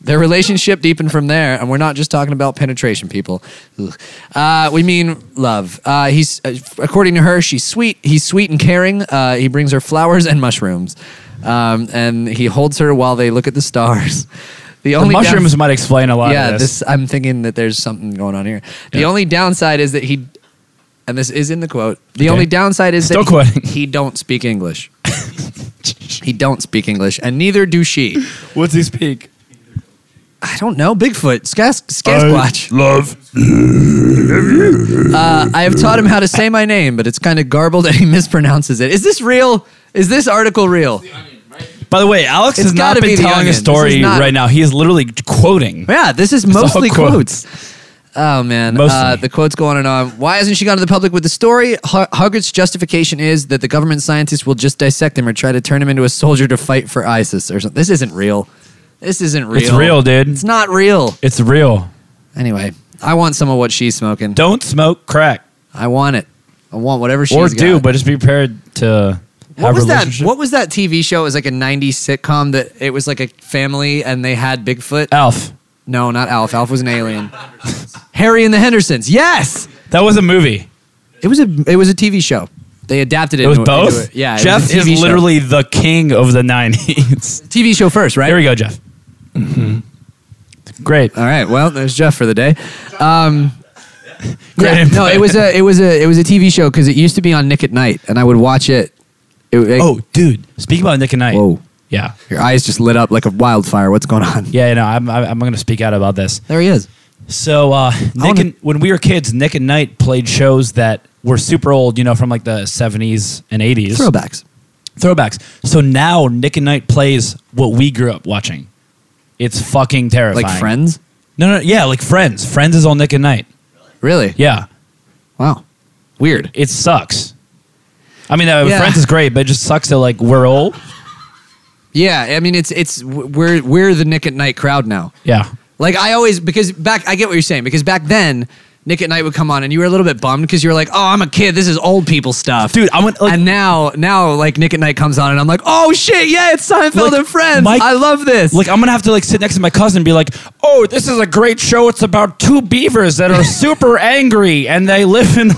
Speaker 1: Their relationship deepened from there, and we're not just talking about penetration, people. Ugh. Uh, we mean love. Uh, he's, uh, according to her, she's sweet. He's sweet and caring. Uh, he brings her flowers and mushrooms, um, and he holds her while they look at the stars. The
Speaker 2: the
Speaker 1: only
Speaker 2: mushrooms
Speaker 1: down-
Speaker 2: might explain a lot
Speaker 1: yeah,
Speaker 2: of
Speaker 1: this. I'm thinking that there's something going on here. The only downside is that he, and this is in the quote. The
Speaker 2: Okay.
Speaker 1: only downside is
Speaker 2: Still
Speaker 1: that he-
Speaker 2: quoting.
Speaker 1: he don't speak English. he don't speak English, and neither do she.
Speaker 2: what's he speak
Speaker 1: I don't know. Bigfoot, Skas- Sasquatch.
Speaker 4: Love.
Speaker 1: Uh, I have taught him how to say my name, but it's kind of garbled and he mispronounces it. Is this real? Is this article real?
Speaker 2: By the way, Alex
Speaker 1: It's
Speaker 2: has not
Speaker 1: gotta
Speaker 2: been
Speaker 1: be the
Speaker 2: telling
Speaker 1: onion.
Speaker 2: a
Speaker 1: This is
Speaker 2: story
Speaker 1: not-
Speaker 2: right now. He is literally quoting.
Speaker 1: Yeah, this is
Speaker 2: all
Speaker 1: mostly
Speaker 2: quotes.
Speaker 1: quotes. Oh man,
Speaker 2: Mostly.
Speaker 1: uh, the quotes go on and on. Why hasn't she gone to the public with the story? Ho- Hoggart's justification is that the government scientists will just dissect him or try to turn him into a soldier to fight for ISIS or something. This isn't real. This isn't real.
Speaker 2: It's real, dude.
Speaker 1: It's not real.
Speaker 2: It's real.
Speaker 1: Anyway, I want some of what she's smoking.
Speaker 2: Don't smoke crack
Speaker 1: I want it. I want whatever she's
Speaker 2: or do,
Speaker 1: got.
Speaker 2: but just be prepared to
Speaker 1: What
Speaker 2: have
Speaker 1: was that?
Speaker 2: relationship.
Speaker 1: What was that TV show? It was like a '90s sitcom that it was like a family and they had Bigfoot.
Speaker 2: Alf.
Speaker 1: no, not Alf. Alf was an alien. Harry and the Hendersons. Yes,
Speaker 2: That was a movie.
Speaker 1: it was a it was a TV show. They adapted it.
Speaker 2: It was
Speaker 1: into- into
Speaker 2: both.
Speaker 1: it. Yeah, it
Speaker 2: Jeff
Speaker 1: was a TV
Speaker 2: is
Speaker 1: show.
Speaker 2: literally the king of the nineties.
Speaker 1: TV show first, right?
Speaker 2: Here we go, Jeff.
Speaker 1: Mm-hmm.
Speaker 2: Great.
Speaker 1: All right. Well, there's Jeff for the day. Um,
Speaker 2: Great
Speaker 1: yeah, no,
Speaker 2: input.
Speaker 1: it was a it was a it was a TV show because it used to be on Nick at Night, and I would watch it. It- it-
Speaker 2: oh, dude. Speak about Nick and Knight.
Speaker 1: Whoa.
Speaker 2: Yeah.
Speaker 1: your eyes just lit up like a wildfire. What's going on?
Speaker 2: Yeah. You know, I'm, I'm, I'm going to speak out about this.
Speaker 1: There he is.
Speaker 2: So uh, Nick
Speaker 1: wanna-
Speaker 2: and when we were kids, Nick and Knight played shows that were super old. You know, from like the '70s and '80s.
Speaker 1: Throwbacks.
Speaker 2: throwbacks. So now Nick and Knight plays what we grew up watching. It's fucking terrifying.
Speaker 1: Like Friends.
Speaker 2: No, no, yeah, like Friends. Friends is all Nick and Knight.
Speaker 1: Really?
Speaker 2: Yeah,
Speaker 1: Wow. Weird.
Speaker 2: It sucks. I mean, uh,
Speaker 1: Yeah.
Speaker 2: Friends is great, but it just sucks that like we're old.
Speaker 1: Yeah, I mean it's it's we're we're the Nick at Night crowd now.
Speaker 2: Yeah.
Speaker 1: Like I always because back I get what you're saying because back then Nick at Night would come on and you were a little bit bummed because you were like, oh, I'm a kid. This is old people stuff,
Speaker 2: Dude, I went, like-
Speaker 1: and now now like Nick at Night comes on and I'm like, oh shit, yeah, it's Seinfeld
Speaker 2: Like,
Speaker 1: and Friends.
Speaker 2: Mike-
Speaker 1: I love this.
Speaker 2: Like I'm gonna have to like sit next to my cousin and be like, "Oh, this is a great show. It's about two beavers that are super angry and they live in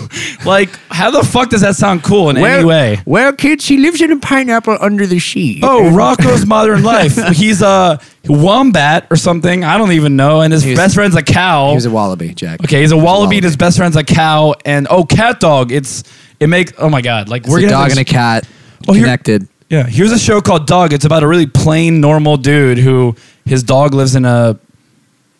Speaker 2: like how the fuck does that sound cool in any way?"
Speaker 1: well, kids, she lives in a pineapple under the sea.
Speaker 2: Oh, Rocco's modern life. He's a wombat or something. I don't even know. And his
Speaker 1: He was-
Speaker 2: best friend's a cow.
Speaker 1: he was a wallaby, Jack.
Speaker 2: okay, he's a wallaby. And his best friend's a cow. And oh, cat dog. It's it makes oh my god. Like
Speaker 1: It's
Speaker 2: we're
Speaker 1: a
Speaker 2: gonna have
Speaker 1: dog
Speaker 2: to-
Speaker 1: and a cat
Speaker 2: Oh, here-
Speaker 1: connected.
Speaker 2: Yeah, here's a show called Dog. It's about a really plain, normal dude who his dog lives in a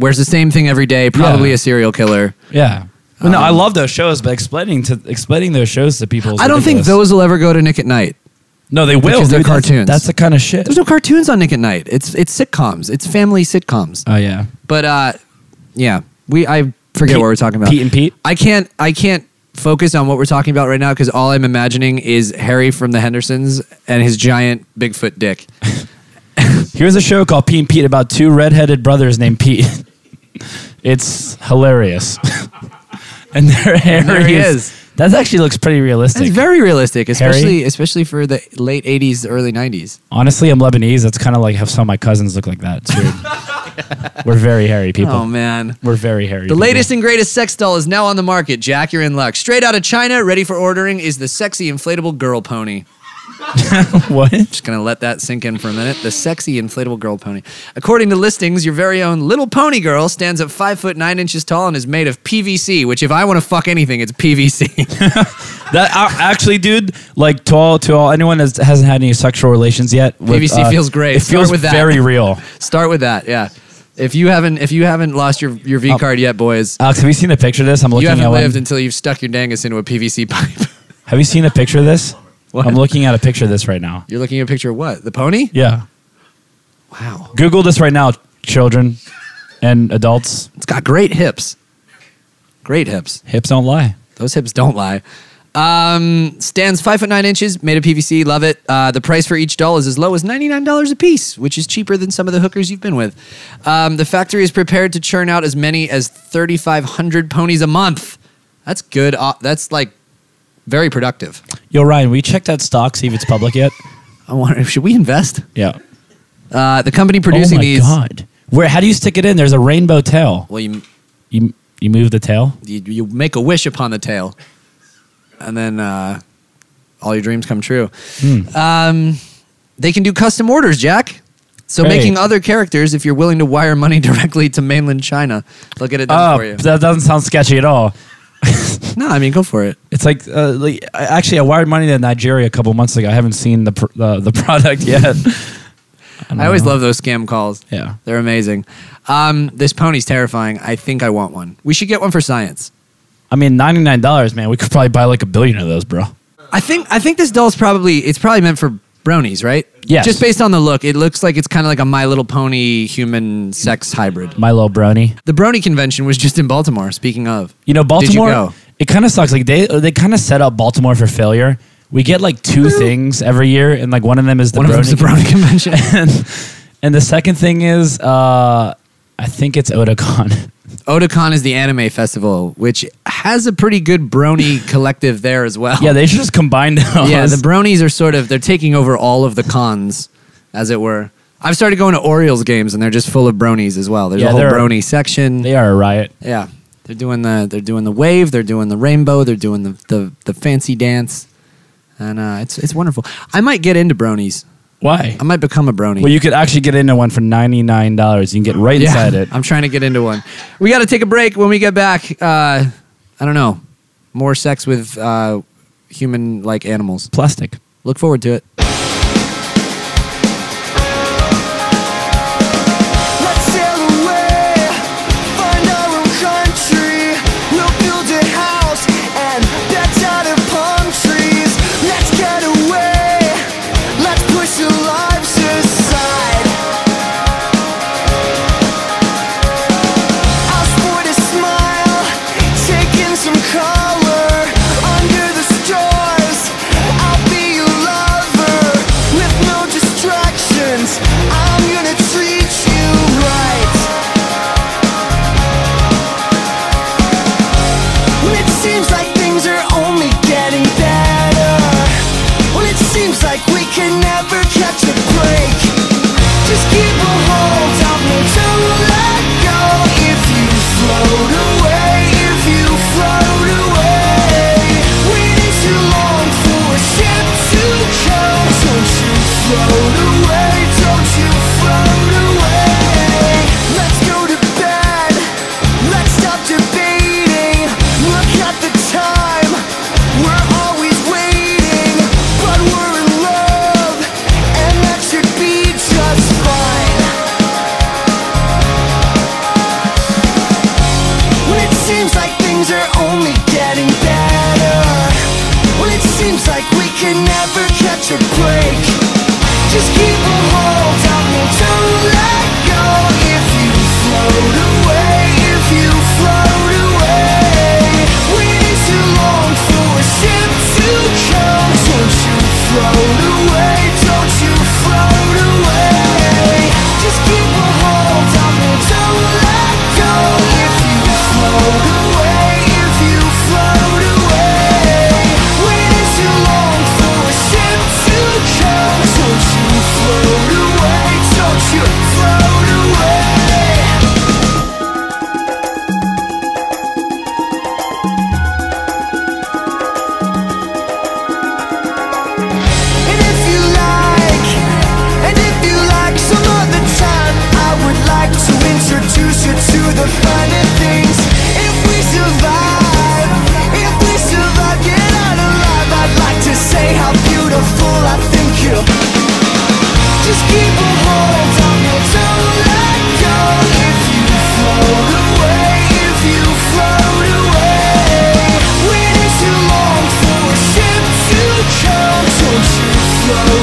Speaker 1: Wears the same thing every day. Probably
Speaker 2: Yeah.
Speaker 1: a serial killer.
Speaker 2: Yeah. Well, no, I love those shows, but explaining to explaining those shows to people. Is
Speaker 1: Um, I don't think
Speaker 2: ridiculous.
Speaker 1: those will ever go to Nick at Night.
Speaker 2: No, they will.
Speaker 1: because they're
Speaker 2: dude. That's-
Speaker 1: cartoons.
Speaker 2: That's, the kind of shit.
Speaker 1: There's no cartoons on Nick at Night. It's it's sitcoms. It's family sitcoms.
Speaker 2: oh yeah.
Speaker 1: But uh, yeah, we I forget
Speaker 2: Pete-
Speaker 1: what we're talking about.
Speaker 2: Pete and Pete?
Speaker 1: I can't I can't focus on what we're talking about right now because all I'm imagining is Harry from the Hendersons and his giant Bigfoot dick.
Speaker 2: Here's a show called Pete and Pete about two redheaded brothers named Pete. it's hilarious. and their hair
Speaker 1: there he is.
Speaker 2: That actually looks pretty realistic.
Speaker 1: It's very realistic, especially
Speaker 2: Harry?
Speaker 1: especially for the late '80s, early '90s.
Speaker 2: Honestly, I'm Lebanese. That's kind of like how some of my cousins look like that. It's weird. We're very hairy people.
Speaker 1: Oh man.
Speaker 2: We're very hairy.
Speaker 1: The latest and greatest sex doll is now on the market. Jack, you're in luck. Straight out of China, ready for ordering, is the sexy inflatable girl pony.
Speaker 2: what?
Speaker 1: Just gonna let that sink in for a minute. The sexy inflatable girl pony. According to listings, your very own little pony girl stands at five foot nine inches tall and is made of PVC. Which, if I want to fuck anything, it's PVC.
Speaker 2: That uh, actually, dude, like to all to all anyone that hasn't had any sexual relations yet, with, uh,
Speaker 1: BBC feels great.
Speaker 2: It
Speaker 1: Start
Speaker 2: feels
Speaker 1: with that.
Speaker 2: very real.
Speaker 1: Start with that, yeah. If you haven't, if you haven't lost your your V card yet, boys,
Speaker 2: Alex, have you seen a picture of this? I'm looking
Speaker 1: you
Speaker 2: at
Speaker 1: haven't
Speaker 2: one.
Speaker 1: lived until you've stuck your dangus into a PVC pipe.
Speaker 2: Have you seen a picture of this?
Speaker 1: What?
Speaker 2: I'm looking at a picture of this right now.
Speaker 1: you're looking at a picture of what? The pony?
Speaker 2: Yeah,
Speaker 1: Wow,
Speaker 2: Google this right now, children and adults.
Speaker 1: it's got great hips. Great hips.
Speaker 2: Hips don't lie.
Speaker 1: Those hips don't lie. Um, stands five foot nine inches, made of PVC. Love it. Uh, the price for each doll is as low as ninety nine dollars a piece, which is cheaper than some of the hookers you've been with. Um, the factory is prepared to churn out as many as thirty five hundred ponies a month. That's good. Uh, that's like very productive.
Speaker 2: Yo, Ryan, we check that stock, see if it's public yet.
Speaker 1: I wonder, should we invest?
Speaker 2: yeah.
Speaker 1: Uh, the company producing
Speaker 2: oh my
Speaker 1: these.
Speaker 2: god. Where? How do you stick it in? There's a rainbow tail.
Speaker 1: Well, you,
Speaker 2: You you move the tail.
Speaker 1: you you make a wish upon the tail, and then uh, all your dreams come true. Um, they can do custom orders, Jack. So
Speaker 2: Hey.
Speaker 1: making other characters, if you're willing to wire money directly to mainland China, they'll get it done
Speaker 2: Oh,
Speaker 1: for you.
Speaker 2: that doesn't sound sketchy at all.
Speaker 1: no, I mean go for it.
Speaker 2: It's like, uh, like I- actually, I wired money to Nigeria a couple months ago. I haven't seen the pr- the, the product yet.
Speaker 1: I, always love those scam calls.
Speaker 2: Yeah.
Speaker 1: they're amazing. Um, this pony's terrifying. I think I want one. We should get one for science.
Speaker 2: I mean, ninety nine dollars, man. We could probably buy like a billion of those, bro.
Speaker 1: I think I think this doll's probably it's probably meant for bronies, right?
Speaker 2: Yes.
Speaker 1: Just based on the look, it looks like it's kind of like a My Little Pony human sex hybrid.
Speaker 2: My little brony.
Speaker 1: The Brony convention was just in Baltimore. Speaking of,
Speaker 2: You know,
Speaker 1: Did
Speaker 2: Baltimore.
Speaker 1: go?
Speaker 2: It kind of sucks. Like they they kind of set up Baltimore for failure. We get like two things every year, and like one of them is the
Speaker 1: One of
Speaker 2: brony.
Speaker 1: them's the Brony convention.
Speaker 2: and, and the second thing is, uh, I think it's Otakon.
Speaker 1: Otakon is the anime festival, which has a pretty good Brony collective there as well.
Speaker 2: yeah, they should just combine those.
Speaker 1: yeah. The Bronies are sort of they're taking over all of the cons, as it were. I've started going to Orioles games, and they're just full of Bronies as well. There's
Speaker 2: Yeah,
Speaker 1: a whole
Speaker 2: they're-
Speaker 1: Brony section.
Speaker 2: they are a riot.
Speaker 1: Yeah. They're doing the they're doing the wave, they're doing the rainbow, they're doing the the, the fancy dance. And uh, it's it's wonderful. I might get into bronies.
Speaker 2: Why?
Speaker 1: I might become a brony.
Speaker 2: Well, you could actually get into one for ninety nine dollars. You can get right
Speaker 1: Yeah,
Speaker 2: inside it.
Speaker 1: I'm trying to get into one. We got to take a break when we get back. Uh, I don't know. More sex with uh, human like animals.
Speaker 2: plastic.
Speaker 1: Look forward to it.
Speaker 8: Let's sail away, find our own country. We'll build a house and that's out of palm trees. Let's get away, let's push the lives aside. I'll sport a smile, taking some color under can never catch a break. Just keep a hold of me till I let go. If you float away, if you float away, waiting too long for a ship to come. Don't you float away? Don't you float away? Let's go to bed. Let's stop debating. Look at the time. We're always waiting, but we're in love, and that should be just fine. When it seems like things are only getting better. When it seems like we can never catch a break. Just keep a hold on me, don't let go. If you float away, if you float away, waiting too long for a ship to come. Don't you float away, don't you float away. Just keep a hold on me, don't let go. If you float away, if you float away, waiting too long for a ship to come. Don't you float away, don't you float away. And if you like, and if you like some other time, I would like to introduce you to the finer things. If we survive, if we survive, get out alive. I'd like to say how beautiful I think you. Just keep a hold on me, don't let go. If you float away, if you float away, waiting too long for a ship to come. Don't you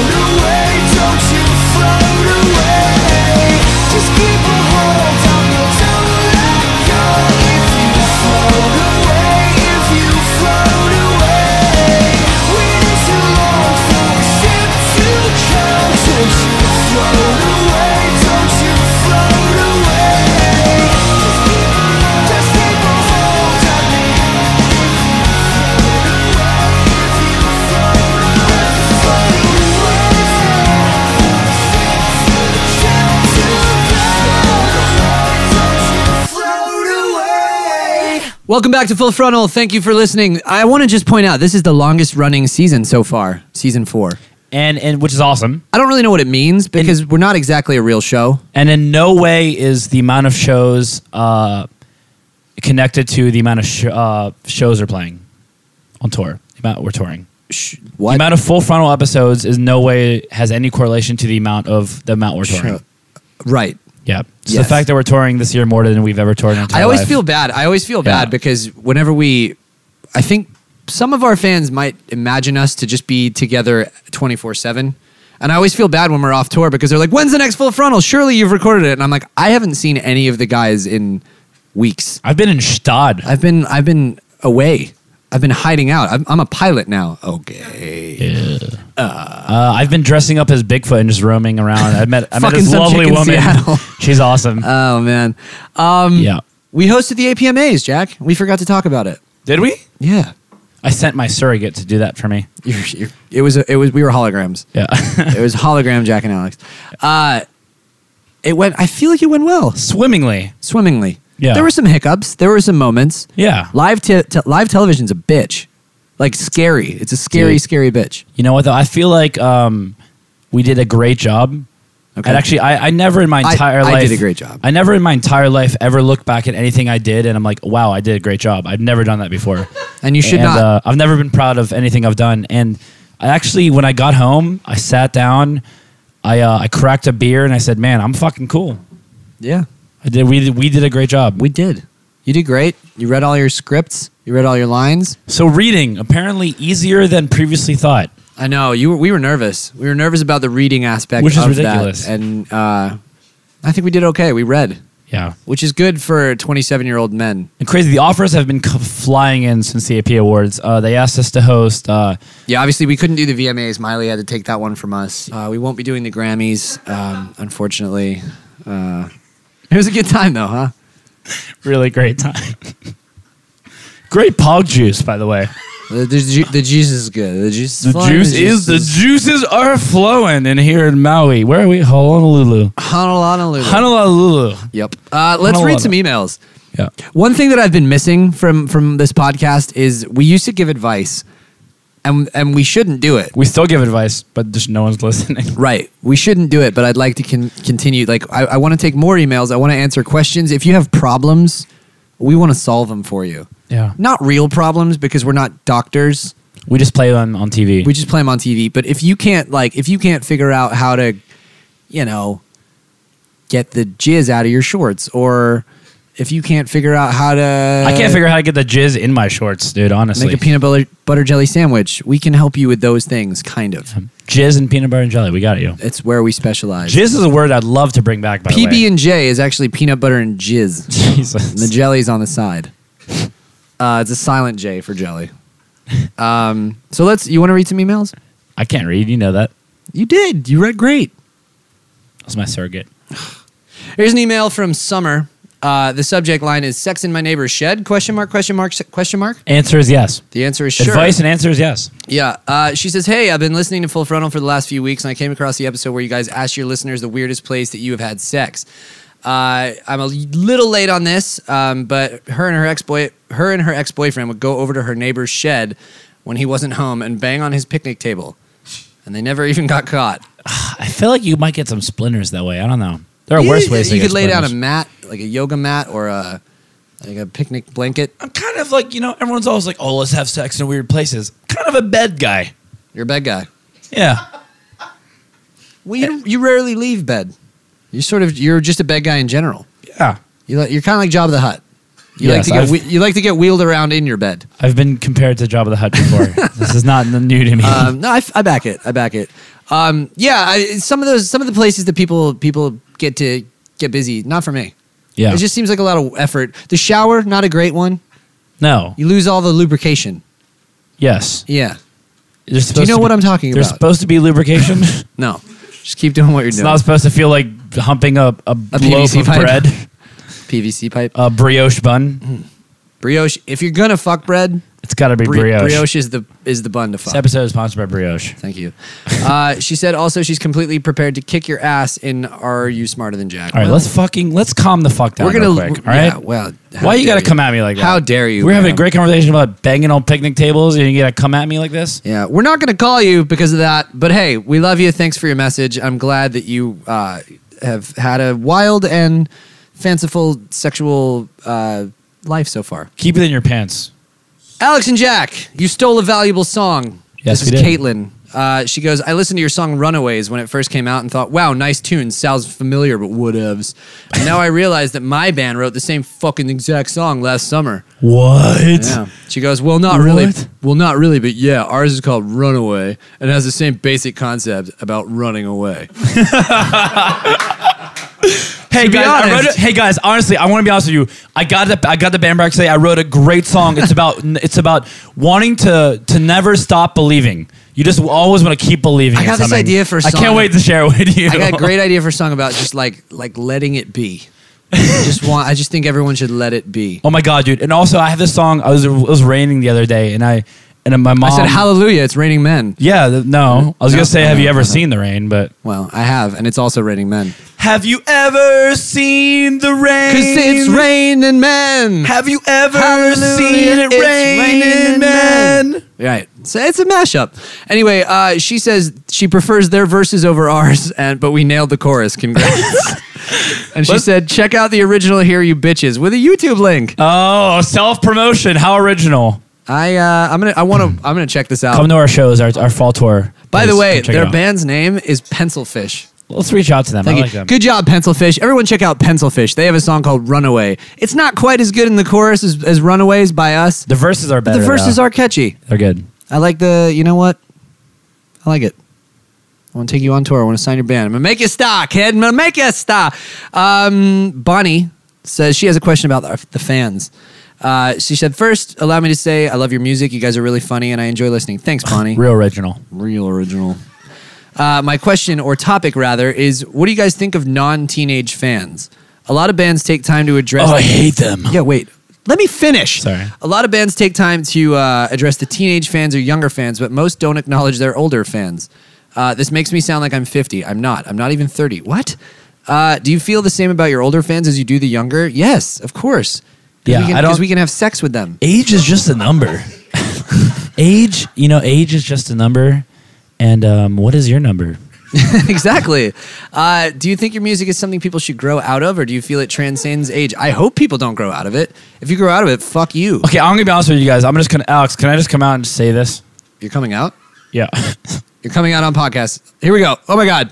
Speaker 8: float away? Don't you float away? Just keep a hold on me, don't let go. If you float away, if you float away, waiting too long for a ship to come. Don't you float away? Don't you float away? Just keep a hold on me.
Speaker 1: Welcome back to Full Frontal. Thank you for listening. I want to just point out this is the longest running season so far, season four.
Speaker 2: and and which is awesome.
Speaker 1: I don't really know what it means because we're not exactly a real show.
Speaker 2: And in no way is the amount of shows uh, connected to the amount of sh- uh, shows they're playing on tour. The amount we're touring.
Speaker 1: Sh-
Speaker 2: The
Speaker 1: What?
Speaker 2: amount of full frontal episodes is no way has any correlation to the amount of the amount we're touring.
Speaker 1: right.
Speaker 2: Yeah. So
Speaker 1: Yes.
Speaker 2: the fact that we're touring this year more than we've ever toured. In our entire
Speaker 1: I always
Speaker 2: life.
Speaker 1: feel bad. I always feel
Speaker 2: Yeah.
Speaker 1: bad because whenever we, I think some of our fans might imagine us to just be together 24 7. And I always feel bad when we're off tour because they're like, when's the next full frontal? Surely you've recorded it. And I'm like, I haven't seen any of the guys in weeks.
Speaker 2: I've been in Stad.
Speaker 1: I've been, I've been away. I've been hiding out. I'm, I'm a pilot now. Okay.
Speaker 2: Uh, I've been dressing up as Bigfoot and just roaming around. I met I met
Speaker 1: Fucking
Speaker 2: this
Speaker 1: some
Speaker 2: lovely
Speaker 1: chick in
Speaker 2: woman.
Speaker 1: Seattle. Um,
Speaker 2: She's awesome.
Speaker 1: Oh, man.
Speaker 2: yeah.
Speaker 1: We hosted the APMAs, Jack. We forgot to talk about it.
Speaker 2: Did we?
Speaker 1: Yeah.
Speaker 2: I sent my surrogate to do that for me.
Speaker 1: You're, you're, it was, a, it was, we were holograms.
Speaker 2: Yeah.
Speaker 1: it was hologram Jack and Alex. Uh, it went. I feel like it went well, s-
Speaker 2: Swimmingly.
Speaker 1: swimmingly.
Speaker 2: Yeah.
Speaker 1: There were some hiccups. There were some moments.
Speaker 2: Yeah.
Speaker 1: Live te- te- live television's a bitch. Like scary. It's a scary,
Speaker 2: Dude.
Speaker 1: scary bitch.
Speaker 2: You know what though? I feel like um, we did a great job.
Speaker 1: Okay.
Speaker 2: And actually, I, I never in my
Speaker 1: I-
Speaker 2: entire
Speaker 1: I
Speaker 2: life
Speaker 1: did a great job.
Speaker 2: I never in my entire life ever looked back at anything I did and I'm like, wow, I did a great job. I've never done that before.
Speaker 1: And you should
Speaker 2: And,
Speaker 1: not.
Speaker 2: Uh, I've never been proud of anything I've done. And I actually, when I got home, I sat down, I uh, I cracked a beer, and I said, "Man, I'm fucking cool.
Speaker 1: yeah.
Speaker 2: I did. We did- we did a great job.
Speaker 1: We did. You did great. You read all your scripts. You read all your lines.
Speaker 2: so reading apparently easier than previously thought.
Speaker 1: I know you. Were, we were nervous. We were nervous about the reading aspect,
Speaker 2: Which is
Speaker 1: of
Speaker 2: ridiculous.
Speaker 1: That. And uh, I think we did okay. We read,
Speaker 2: Yeah.
Speaker 1: which is good for twenty-seven-year-old men.
Speaker 2: And crazy, the offers have been c- flying in since the AP Awards. Uh, they asked us to host. Uh,
Speaker 1: Yeah, obviously we couldn't do the VMAs. Miley had to take that one from us. Uh, we won't be doing the Grammys, um, unfortunately. Uh, it was a good time though, huh?
Speaker 2: really great time. great pog juice, by the way.
Speaker 1: The, the, ju- the juice is good. The juice.
Speaker 2: The
Speaker 1: flowing,
Speaker 2: juice is the juices are flowing in here in Maui. Where are we? Honolulu.
Speaker 1: Honolulu.
Speaker 2: Honolulu.
Speaker 1: Yep. Uh, let's read
Speaker 2: Honolulu.
Speaker 1: some emails.
Speaker 2: Yeah.
Speaker 1: One thing that I've been missing from from this podcast is we used to give advice, and and we shouldn't do it.
Speaker 2: We still give advice, but just no one's listening.
Speaker 1: Right. We shouldn't do it, but I'd like to con- continue. Like, I, I want to take more emails. I want to answer questions. If you have problems, we want to solve them for you.
Speaker 2: Yeah.
Speaker 1: Not real problems because we're not doctors.
Speaker 2: We just play on, on TV.
Speaker 1: We just play them on TV. But if you can't, like, if you can't figure out how to, you know, get the jizz out of your shorts, or if you can't figure out how to,
Speaker 2: I can't figure out how to get the jizz in my shorts, dude, honestly.
Speaker 1: uh, make a peanut butter, butter jelly sandwich, we can help you with those things, kind of.
Speaker 2: Um, jizz and peanut butter and jelly. We got you.
Speaker 1: It's where we specialize.
Speaker 2: Jizz is a word I'd love to bring back, by the way.
Speaker 1: PB and J is actually peanut butter and jizz.
Speaker 2: Jesus.
Speaker 1: And the jelly's on the side. Uh, it's a silent J for jelly. Um, so let's. You want to read some emails?
Speaker 2: I can't read. You know that.
Speaker 1: You did. You read great.
Speaker 2: That's my surrogate.
Speaker 1: Here's an email from Summer. Uh, the subject line is "Sex in my neighbor's shed?" Question mark? Question mark? se- Question mark?
Speaker 2: Answer is yes.
Speaker 1: The answer is sure.
Speaker 2: Advice and answer is yes.
Speaker 1: Yeah. Uh, she says, Hey, I've been listening to Full Frontal for the last few weeks, and I came across the episode where you guys asked your listeners the weirdest place that you have had sex. Uh, I'm a little late on this, um, but her and her ex boy, her and her ex boyfriend would go over to her neighbor's shed when he wasn't home and bang on his picnic table, and they never even got caught.
Speaker 2: I feel like you might get some splinters that way. I don't know. There are
Speaker 1: You-
Speaker 2: worse ways. to
Speaker 1: You
Speaker 2: get
Speaker 1: could lay down a
Speaker 2: splinters.
Speaker 1: mat, like a yoga mat, or a like a picnic blanket.
Speaker 10: I'm kind of like, you know, everyone's always like, oh, let's have sex in weird places. Kind of a bed guy.
Speaker 1: You're a bed guy.
Speaker 10: Yeah.
Speaker 1: Well, you you rarely leave bed. You sort of you're just a bed guy in general.
Speaker 2: Yeah.
Speaker 1: You like, you're kind of like Job the Hutt. You
Speaker 2: Yes,
Speaker 1: like to
Speaker 2: I've-
Speaker 1: get whe- you like to get wheeled around in your bed.
Speaker 2: I've been compared to Job of the Hutt before. this is not new to me.
Speaker 1: Um, no, I, f- I back it. I back it. Um, yeah, I, some of those some of the places that people people get to get busy. Not for me.
Speaker 2: yeah.
Speaker 1: It just seems like a lot of effort. The shower, not a great one.
Speaker 2: no.
Speaker 1: You lose all the lubrication.
Speaker 2: Yes.
Speaker 1: Yeah.
Speaker 2: You're
Speaker 1: Do you
Speaker 2: supposed
Speaker 1: know
Speaker 2: to
Speaker 1: what
Speaker 2: be-
Speaker 1: I'm talking
Speaker 2: There's
Speaker 1: about?
Speaker 2: supposed to be lubrication. it's
Speaker 1: no. Just keep doing what you're doing.
Speaker 2: not supposed to feel like humping a, a, loaf
Speaker 1: PVC
Speaker 2: of
Speaker 1: pipe.
Speaker 2: bread,
Speaker 1: PVC pipe.
Speaker 2: a brioche bun.
Speaker 1: brioche. If you're gonna fuck bread,
Speaker 2: It's got to be
Speaker 1: bri-
Speaker 2: brioche.
Speaker 1: brioche is the is the bun to
Speaker 2: This
Speaker 1: fuck.
Speaker 2: episode is sponsored by brioche.
Speaker 1: Thank you. Uh, she said also she's completely prepared to kick your ass in Are You Smarter Than Jack?
Speaker 2: All right,
Speaker 1: Well,
Speaker 2: let's fucking let's calm the fuck down.
Speaker 1: We're gonna
Speaker 2: real quick, all right.
Speaker 1: yeah, well, how
Speaker 2: Why you
Speaker 1: dare
Speaker 2: gotta come at me like that?
Speaker 1: How dare you?
Speaker 2: We're having
Speaker 1: man.
Speaker 2: a great conversation about banging on picnic tables, and you gotta come at me like this?
Speaker 1: Yeah, we're not gonna call you because of that. But hey, we love you. Thanks for your message. I'm glad that you uh, have had a wild and fanciful sexual uh, life so far.
Speaker 2: Keep it in your pants.
Speaker 1: Alex and Jack, you stole a valuable song.
Speaker 2: Yes,
Speaker 1: this
Speaker 2: we
Speaker 1: is
Speaker 2: did.
Speaker 1: Caitlin. Uh, she goes, I listened to your song Runaways when it first came out and thought, wow, nice tune. Sounds familiar, but whatevs. And now I realize that my band wrote the same fucking exact song last summer.
Speaker 2: What?
Speaker 1: Yeah. She goes, well, not really.
Speaker 2: What?
Speaker 1: Well, not really, but yeah, ours is called Runaway and has the same basic concept about running away.
Speaker 2: Hey
Speaker 1: To be
Speaker 2: guys, I
Speaker 1: honest-
Speaker 2: wrote it- hey guys, honestly, I want to be honest with you. I got the I got the band back today. I wrote a great song. It's about it's about wanting to to never stop believing. You just always want to keep believing.
Speaker 1: I
Speaker 2: in
Speaker 1: got this
Speaker 2: something.
Speaker 1: idea for a
Speaker 2: I
Speaker 1: song.
Speaker 2: can't wait to share it with you.
Speaker 1: I got a great idea for a song about just like like letting it be. just want I just think everyone should let it be.
Speaker 2: Oh my god, dude! And also, I have this song. I was it was raining the other day, and I and my mom
Speaker 1: I said, hallelujah, it's raining men.
Speaker 2: Yeah, th- no. I was
Speaker 1: No,
Speaker 2: gonna say,
Speaker 1: no,
Speaker 2: have you
Speaker 1: no,
Speaker 2: ever
Speaker 1: no.
Speaker 2: seen the rain? But
Speaker 1: Well, I have, and it's also raining men.
Speaker 10: Have you ever seen the rain?
Speaker 1: Cause it's raining men.
Speaker 10: Have you ever
Speaker 1: Hallelujah,
Speaker 10: seen it
Speaker 1: it's
Speaker 10: rain,
Speaker 1: raining
Speaker 10: man?
Speaker 1: Right. So it's a mashup. Anyway, uh, she says she prefers their verses over ours, and but we nailed the chorus. Congrats. and she said, check out the original "Here You Bitches" with a YouTube link.
Speaker 2: oh, self promotion! How original!
Speaker 1: I uh, I'm gonna I want to I'm gonna check this out.
Speaker 2: Come to our shows, our, our fall tour.
Speaker 1: By the
Speaker 2: Please,
Speaker 1: way,
Speaker 2: come check it
Speaker 1: their
Speaker 2: out.
Speaker 1: band's name is Pencilfish.
Speaker 2: Let's reach out to them.
Speaker 1: Thank
Speaker 2: I
Speaker 1: you.
Speaker 2: like them.
Speaker 1: Good job, Pencilfish. Everyone, check out Pencilfish. They have a song called "Runaway." It's not quite as good in the chorus as, as "Runaways" by us.
Speaker 2: The verses are better.
Speaker 1: the verses
Speaker 2: though.
Speaker 1: are catchy.
Speaker 2: They're good.
Speaker 1: I like the. You know what? I like it. I want to take you on tour. I want to sign your band. I'm gonna make you star, kid. I'm gonna make you star. Um, Bonnie says she has a question about the the fans. Uh, she said, first, allow me to say I love your music. You guys are really funny, and I enjoy listening. Thanks, Bonnie.
Speaker 2: Real original.
Speaker 1: Real original. Uh, my question or topic rather is, what do you guys think of non-teenage fans? A lot of bands take time to address.
Speaker 10: Oh, I hate them.
Speaker 1: Yeah, wait. Let me finish.
Speaker 2: Sorry.
Speaker 1: A lot of bands take time to uh, address the teenage fans or younger fans, but most don't acknowledge their older fans. Uh, this makes me sound like I'm 50. I'm not. I'm not even 30. What? Uh, do you feel the same about your older fans as you do the younger? Yes, of course. 'Cause
Speaker 2: Yeah,
Speaker 1: we can,
Speaker 2: I don't-
Speaker 1: because we can have sex with them.
Speaker 2: age is just a number. age, you know, age is just a number. And um, what is your number?
Speaker 1: exactly. Uh, do you think your music is something people should grow out of, or do you feel it transcends age? I hope people don't grow out of it. If you grow out of it, fuck you.
Speaker 2: Okay, I'm gonna be honest with you guys. I'm just gonna Alex. Can I just come out and say this?
Speaker 1: You're coming out.
Speaker 2: Yeah.
Speaker 1: You're coming out on podcast. Here we go. Oh my god,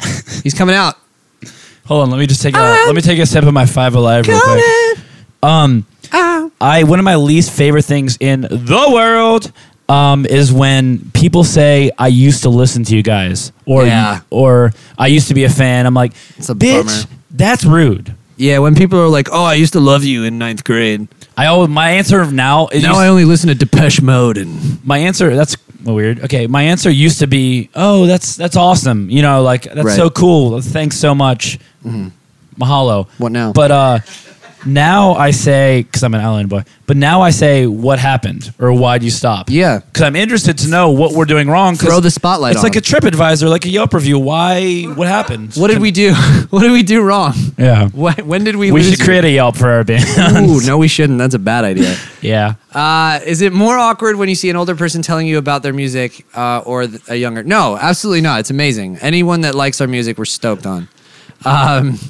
Speaker 1: he's coming out.
Speaker 2: Hold on. Let me just take a let me take a sip of my Five Alive real quick. Um, I one of my least favorite things in the world um, is when people say I used to listen to you guys or
Speaker 1: Yeah.
Speaker 2: or I used to be a fan. I'm like,
Speaker 1: It's a
Speaker 2: bitch,
Speaker 1: bummer.
Speaker 2: that's rude.
Speaker 1: Yeah, when people are like, "Oh, I used to love you in ninth grade.
Speaker 2: I always my answer of now is
Speaker 1: Now I only listen to Depeche Mode." And
Speaker 2: my answer that's weird. Okay, my answer used to be, "Oh, that's that's awesome." You know, like that's
Speaker 1: Right. Mm-hmm.
Speaker 2: so cool. Thanks so much. Mahalo.
Speaker 1: What now?
Speaker 2: But uh now I say cuz I'm an island boy. But now I say what happened or why'd you stop?
Speaker 1: Yeah.
Speaker 2: Cuz I'm interested to know what we're doing wrong 'cause
Speaker 1: Throw the spotlight
Speaker 2: It's
Speaker 1: on
Speaker 2: like a trip advisor, like a Yelp review. Why what happened?
Speaker 1: what did we do? what did we do wrong?
Speaker 2: Yeah.
Speaker 1: Wh- When did we?
Speaker 2: We
Speaker 1: lose
Speaker 2: should create a Yelp for our band.
Speaker 1: You? Ooh, no, we shouldn't. That's a bad idea.
Speaker 2: yeah.
Speaker 1: Uh, is it more awkward when you see an older person telling you about their music uh, or th- a younger? No, absolutely not. It's amazing. Anyone that likes our music, we're stoked on. Um,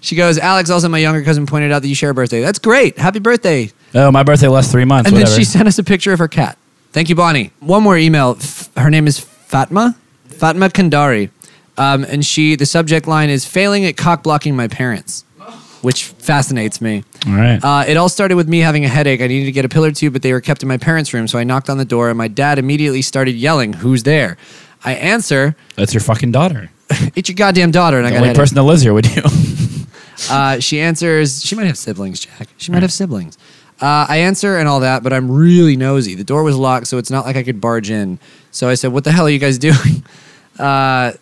Speaker 1: she goes, Alex, also my younger cousin pointed out that you share a birthday. That's great. Happy birthday.
Speaker 2: Oh, my birthday lasts 3 months,
Speaker 1: And
Speaker 2: whatever.
Speaker 1: then she sent us a picture of her cat. Thank you, Bonnie. One more email. F- Her name is Fatma, Fatma Kandari. Um, and she, the subject line is failing at cock blocking my parents, which fascinates me.
Speaker 2: All right.
Speaker 1: Uh, it all started with me having a headache. I needed to get a pill or two, but they were kept in my parents' room. So I knocked on the door, and my dad immediately started yelling, "Who's there?" I answer,
Speaker 2: that's your fucking daughter.
Speaker 1: "It's your goddamn daughter." And I
Speaker 2: The
Speaker 1: got a
Speaker 2: only
Speaker 1: headache.
Speaker 2: person that lives here with you.
Speaker 1: Uh, she answers, she might have siblings, Jack. She
Speaker 2: Hmm.
Speaker 1: might have siblings. Uh, I answer and all that, but I'm really nosy. The door was locked, so it's not like I could barge in. So I said, What the hell are you guys doing? Uh,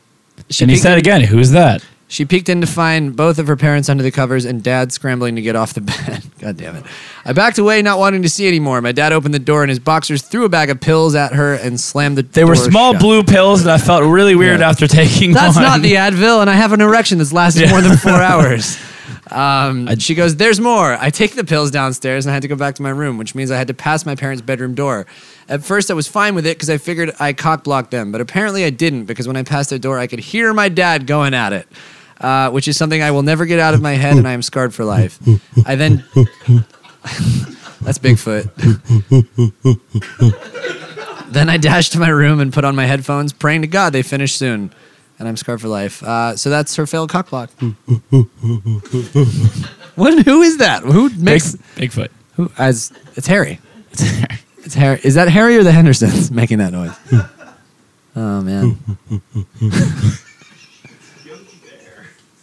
Speaker 1: she
Speaker 2: and he
Speaker 1: peeked
Speaker 2: said
Speaker 1: in-
Speaker 2: again, "Who's that?"
Speaker 1: She peeked in to find both of her parents under the covers and dad scrambling to get off the bed. God damn it. I backed away, not wanting to see anymore. My dad opened the door and his boxers threw a bag of pills at her and slammed the
Speaker 2: They were small
Speaker 1: blue.
Speaker 2: blue pills, and I felt really weird
Speaker 1: Yeah.
Speaker 2: after taking
Speaker 1: That's
Speaker 2: one.
Speaker 1: not the Advil, and I have an erection that's lasted more than four hours. Um, she goes, There's more. I take the pills downstairs and I had to go back to my room, which means I had to pass my parents' bedroom door. At first, I was fine with it because I figured I cock blocked them, but apparently I didn't because when I passed their door, I could hear my dad going at it, uh, which is something I will never get out of my head and I am scarred for life. I then. That's Bigfoot. Then I dashed to my room and put on my headphones, praying to God they finish soon. And I'm scarred for life. Uh, so that's her failed cock block. what? Who is that? Who
Speaker 2: Big,
Speaker 1: makes?
Speaker 2: Bigfoot.
Speaker 1: Who, as it's Harry. It's Harry. Is that Harry or the Hendersons making that noise? oh man.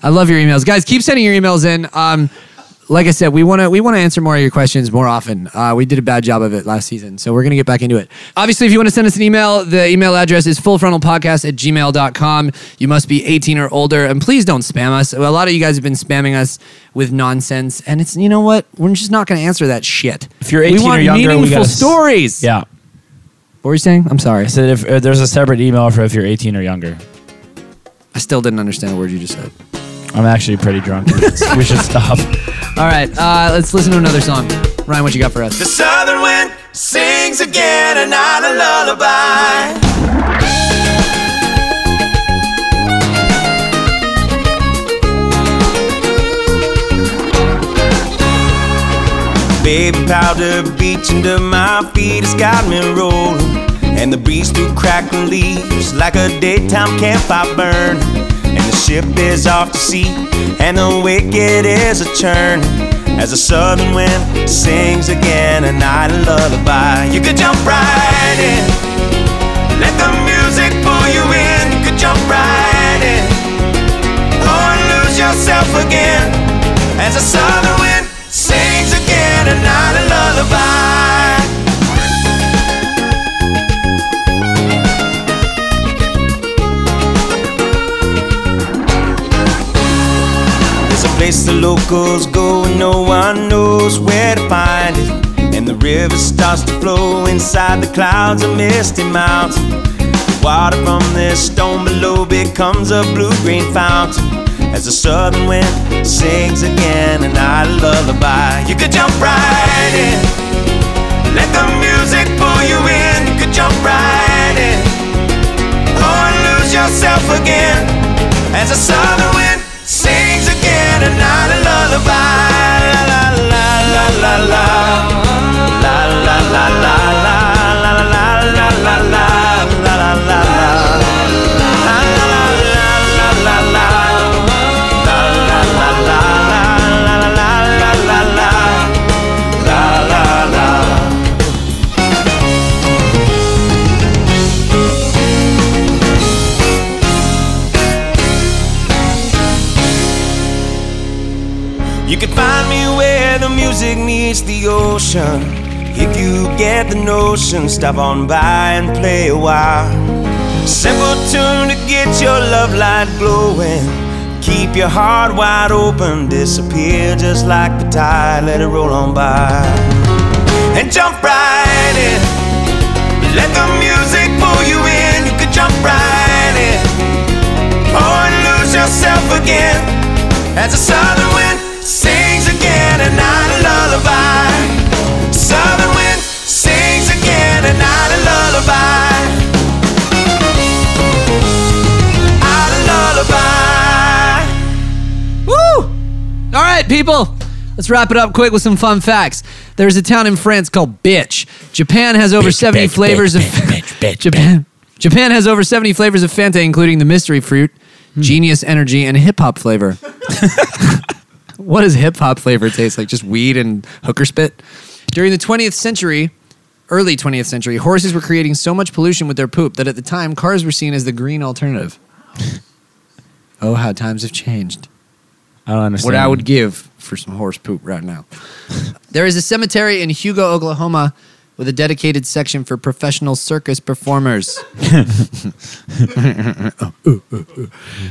Speaker 1: I love your emails, guys. Keep sending your emails in. Um, like I said, we want to we want to answer more of your questions more often. Uh, we did a bad job of it last season, so we're going to get back into it. Obviously, if you want to send us an email, the email address is fullfrontalpodcast at gmail.com. You must be 18 or older, and please don't spam us. A lot of you guys have been spamming us with nonsense, and it's, you know what? We're just not going to answer that shit.
Speaker 2: If you're 18
Speaker 1: we
Speaker 2: or
Speaker 1: want
Speaker 2: younger, we
Speaker 1: meaningful
Speaker 2: gotta s-
Speaker 1: stories.
Speaker 2: Yeah.
Speaker 1: What were you saying? I'm sorry.
Speaker 2: I said if uh, there's a separate email for if you're 18 or younger.
Speaker 1: I still didn't understand a word you just said.
Speaker 2: I'm actually pretty drunk. we should stop.
Speaker 1: All right, uh, let's listen to another song. Ryan, what you got for us?
Speaker 9: The southern wind sings again and not a lullaby. Baby powder beach under my feet has got me rolling. And the breeze through crackling leaves like a daytime campfire burn. And the ship is off to sea, and the wicked is a churn. As the southern wind sings again a night lullaby. You could jump right in. Let the music pull you in. You could jump right in. Or lose yourself again as the southern wind sings again a night of lullaby. There's a place the locals go and no one knows where to find. the river starts to flow inside the clouds of misty mountain. The water from this stone below becomes a blue-green fountain. As the southern wind sings again an idle lullaby, you could jump right in. Let the music pull you in. You could jump right in. Or lose yourself again. As the southern wind sings again a night of lullaby. La la la la la la. La la la la la. La la la la la la. La la la la. La la la la la la la. La la la la la la la la la. La la la. You can find me where the music meets the ocean. If you get the notion, stop on by and play a while. Simple tune to get your love light glowing. Keep your heart wide open, disappear just like the tide, let it roll on by. And jump right in. Let the music pull you in, you can jump right in. Oh, and lose yourself again as the southern wind sings again and not a lullaby. Southern wind sings again and not a lullaby. Not a lullaby.
Speaker 1: Woo! All right, people. Let's wrap it up quick with some fun facts. There's a town in France called Bitch. Japan has over 70
Speaker 5: bitch,
Speaker 1: flavors
Speaker 5: bitch,
Speaker 1: of
Speaker 5: bitch, bitch, bitch,
Speaker 1: Japan. Japan has over 70 flavors of Fanta including the mystery fruit,
Speaker 5: Hmm.
Speaker 1: genius energy and hip hop flavor. what does hip hop flavor taste like? Just weed and hooker spit? During the 20th century, early 20th century, horses were creating so much pollution with their poop that at the time cars were seen as the green alternative. oh, how times have changed
Speaker 5: I don't understand.
Speaker 1: what I would give for some horse poop right now. there is a cemetery in Hugo, Oklahoma, with a dedicated section for professional circus performers.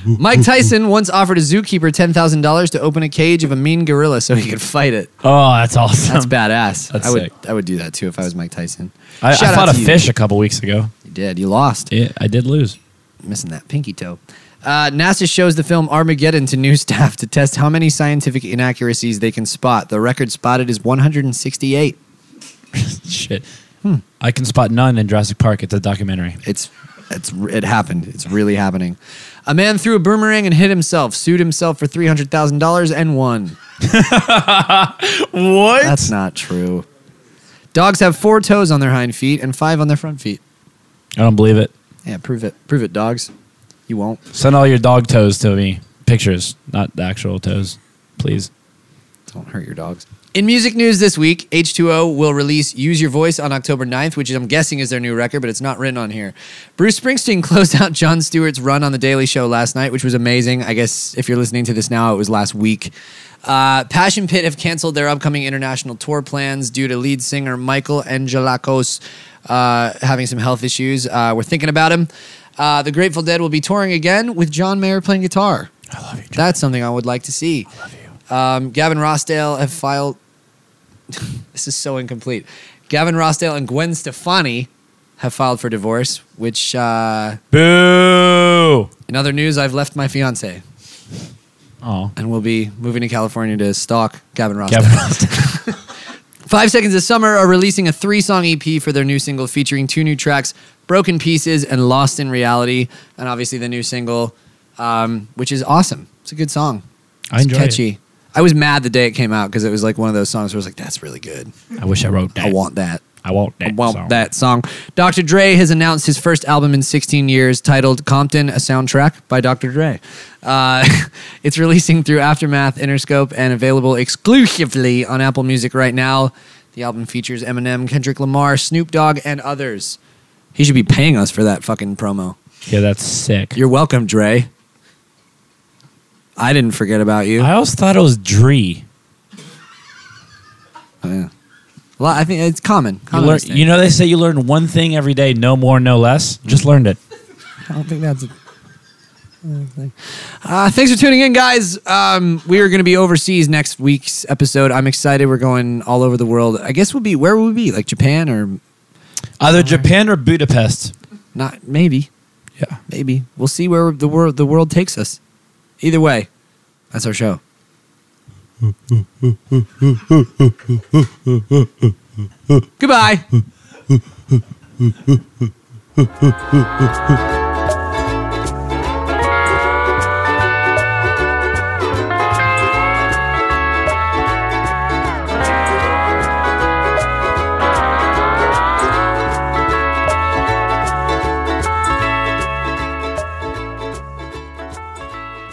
Speaker 1: Mike Tyson once offered a zookeeper ten thousand dollars to open a cage of a mean gorilla so he could fight it.
Speaker 5: Oh, that's awesome.
Speaker 1: That's badass.
Speaker 5: That's
Speaker 1: I would
Speaker 5: sick.
Speaker 1: I would do that too if I was Mike Tyson.
Speaker 5: I, I
Speaker 1: Shout out
Speaker 5: fought a
Speaker 1: to you.
Speaker 5: fish a couple weeks ago.
Speaker 1: You did. You lost.
Speaker 5: Yeah, I did lose.
Speaker 1: Missing that pinky toe. Uh, NASA shows the film Armageddon to new staff to test how many scientific inaccuracies they can spot. The record spotted is 168.
Speaker 5: Shit. I can spot none in Jurassic Park. It's a documentary.
Speaker 1: It's it's it happened. It's really happening. A man threw a boomerang and hit himself, sued himself for three hundred thousand dollars, and won.
Speaker 5: What?
Speaker 1: That's not true. Dogs have four toes on their hind feet and five on their front feet.
Speaker 5: I don't believe it.
Speaker 1: Yeah, prove it. Prove it, dogs. You won't.
Speaker 5: Send all your dog toes to me. Pictures, not the actual toes, please.
Speaker 1: Don't hurt your dogs. In music news this week, H2O will release Use Your Voice on October 9th, which I'm guessing is their new record, but it's not written on here. Bruce Springsteen closed out Jon Stewart's run on The Daily Show last night, which was amazing. I guess if you're listening to this now, it was last week. Uh, Passion Pit have canceled their upcoming international tour plans due to lead singer Michael Angelakos uh, having some health issues. Uh, we're thinking about him. Uh, the Grateful Dead will be touring again with John Mayer playing guitar. I love you, That's something I would like to see. Um, Gavin Rossdale have filed. this is so incomplete. Gavin Rossdale and Gwen Stefani have filed for divorce. Which, uh,
Speaker 5: Boo!
Speaker 1: in other news, I've left my fiance
Speaker 5: Oh,
Speaker 1: and will be moving to California to stalk Gavin Rossdale.
Speaker 5: Gavin Rossdale.
Speaker 1: Five Seconds of Summer are releasing a three song EP for their new single featuring two new tracks, Broken Pieces and Lost in Reality, and obviously the new single, um, which is awesome. It's a good song.
Speaker 5: I
Speaker 1: It's
Speaker 5: enjoy
Speaker 1: catchy. I was mad the day it came out because it was like one of those songs where I was like, that's really good.
Speaker 5: it. I wish I wrote that.
Speaker 1: I want that.
Speaker 5: I want that.
Speaker 1: I want
Speaker 5: song.
Speaker 1: that song. Dr. Dre has announced his first album in 16 years titled Compton, a soundtrack by Dr. Dre. Uh, it's releasing through Aftermath, Interscope, and available exclusively on Apple Music right now. The album features Eminem, Kendrick Lamar, Snoop Dogg, and others. He should be paying us for that fucking promo.
Speaker 5: Yeah, that's sick.
Speaker 1: You're welcome, Dre. I didn't forget about you.
Speaker 5: I always thought it was Dree.
Speaker 1: Oh, yeah. Well, I think it's common.
Speaker 5: You,
Speaker 1: common
Speaker 5: learn,
Speaker 1: mistake.
Speaker 5: you know they say you learn one thing every day, no more, no less. Just learned it.
Speaker 1: I don't think that's. A, Uh, thanks for tuning in, guys. Um, we are going to be overseas next week's episode. I'm excited. We're going all over the world. I guess we'll be where will we be? Like Japan or
Speaker 2: Either Japan or Budapest.
Speaker 1: not? Maybe.
Speaker 2: Yeah.
Speaker 1: Maybe we'll see where the world the world takes us. Either way, that's our show. Goodbye.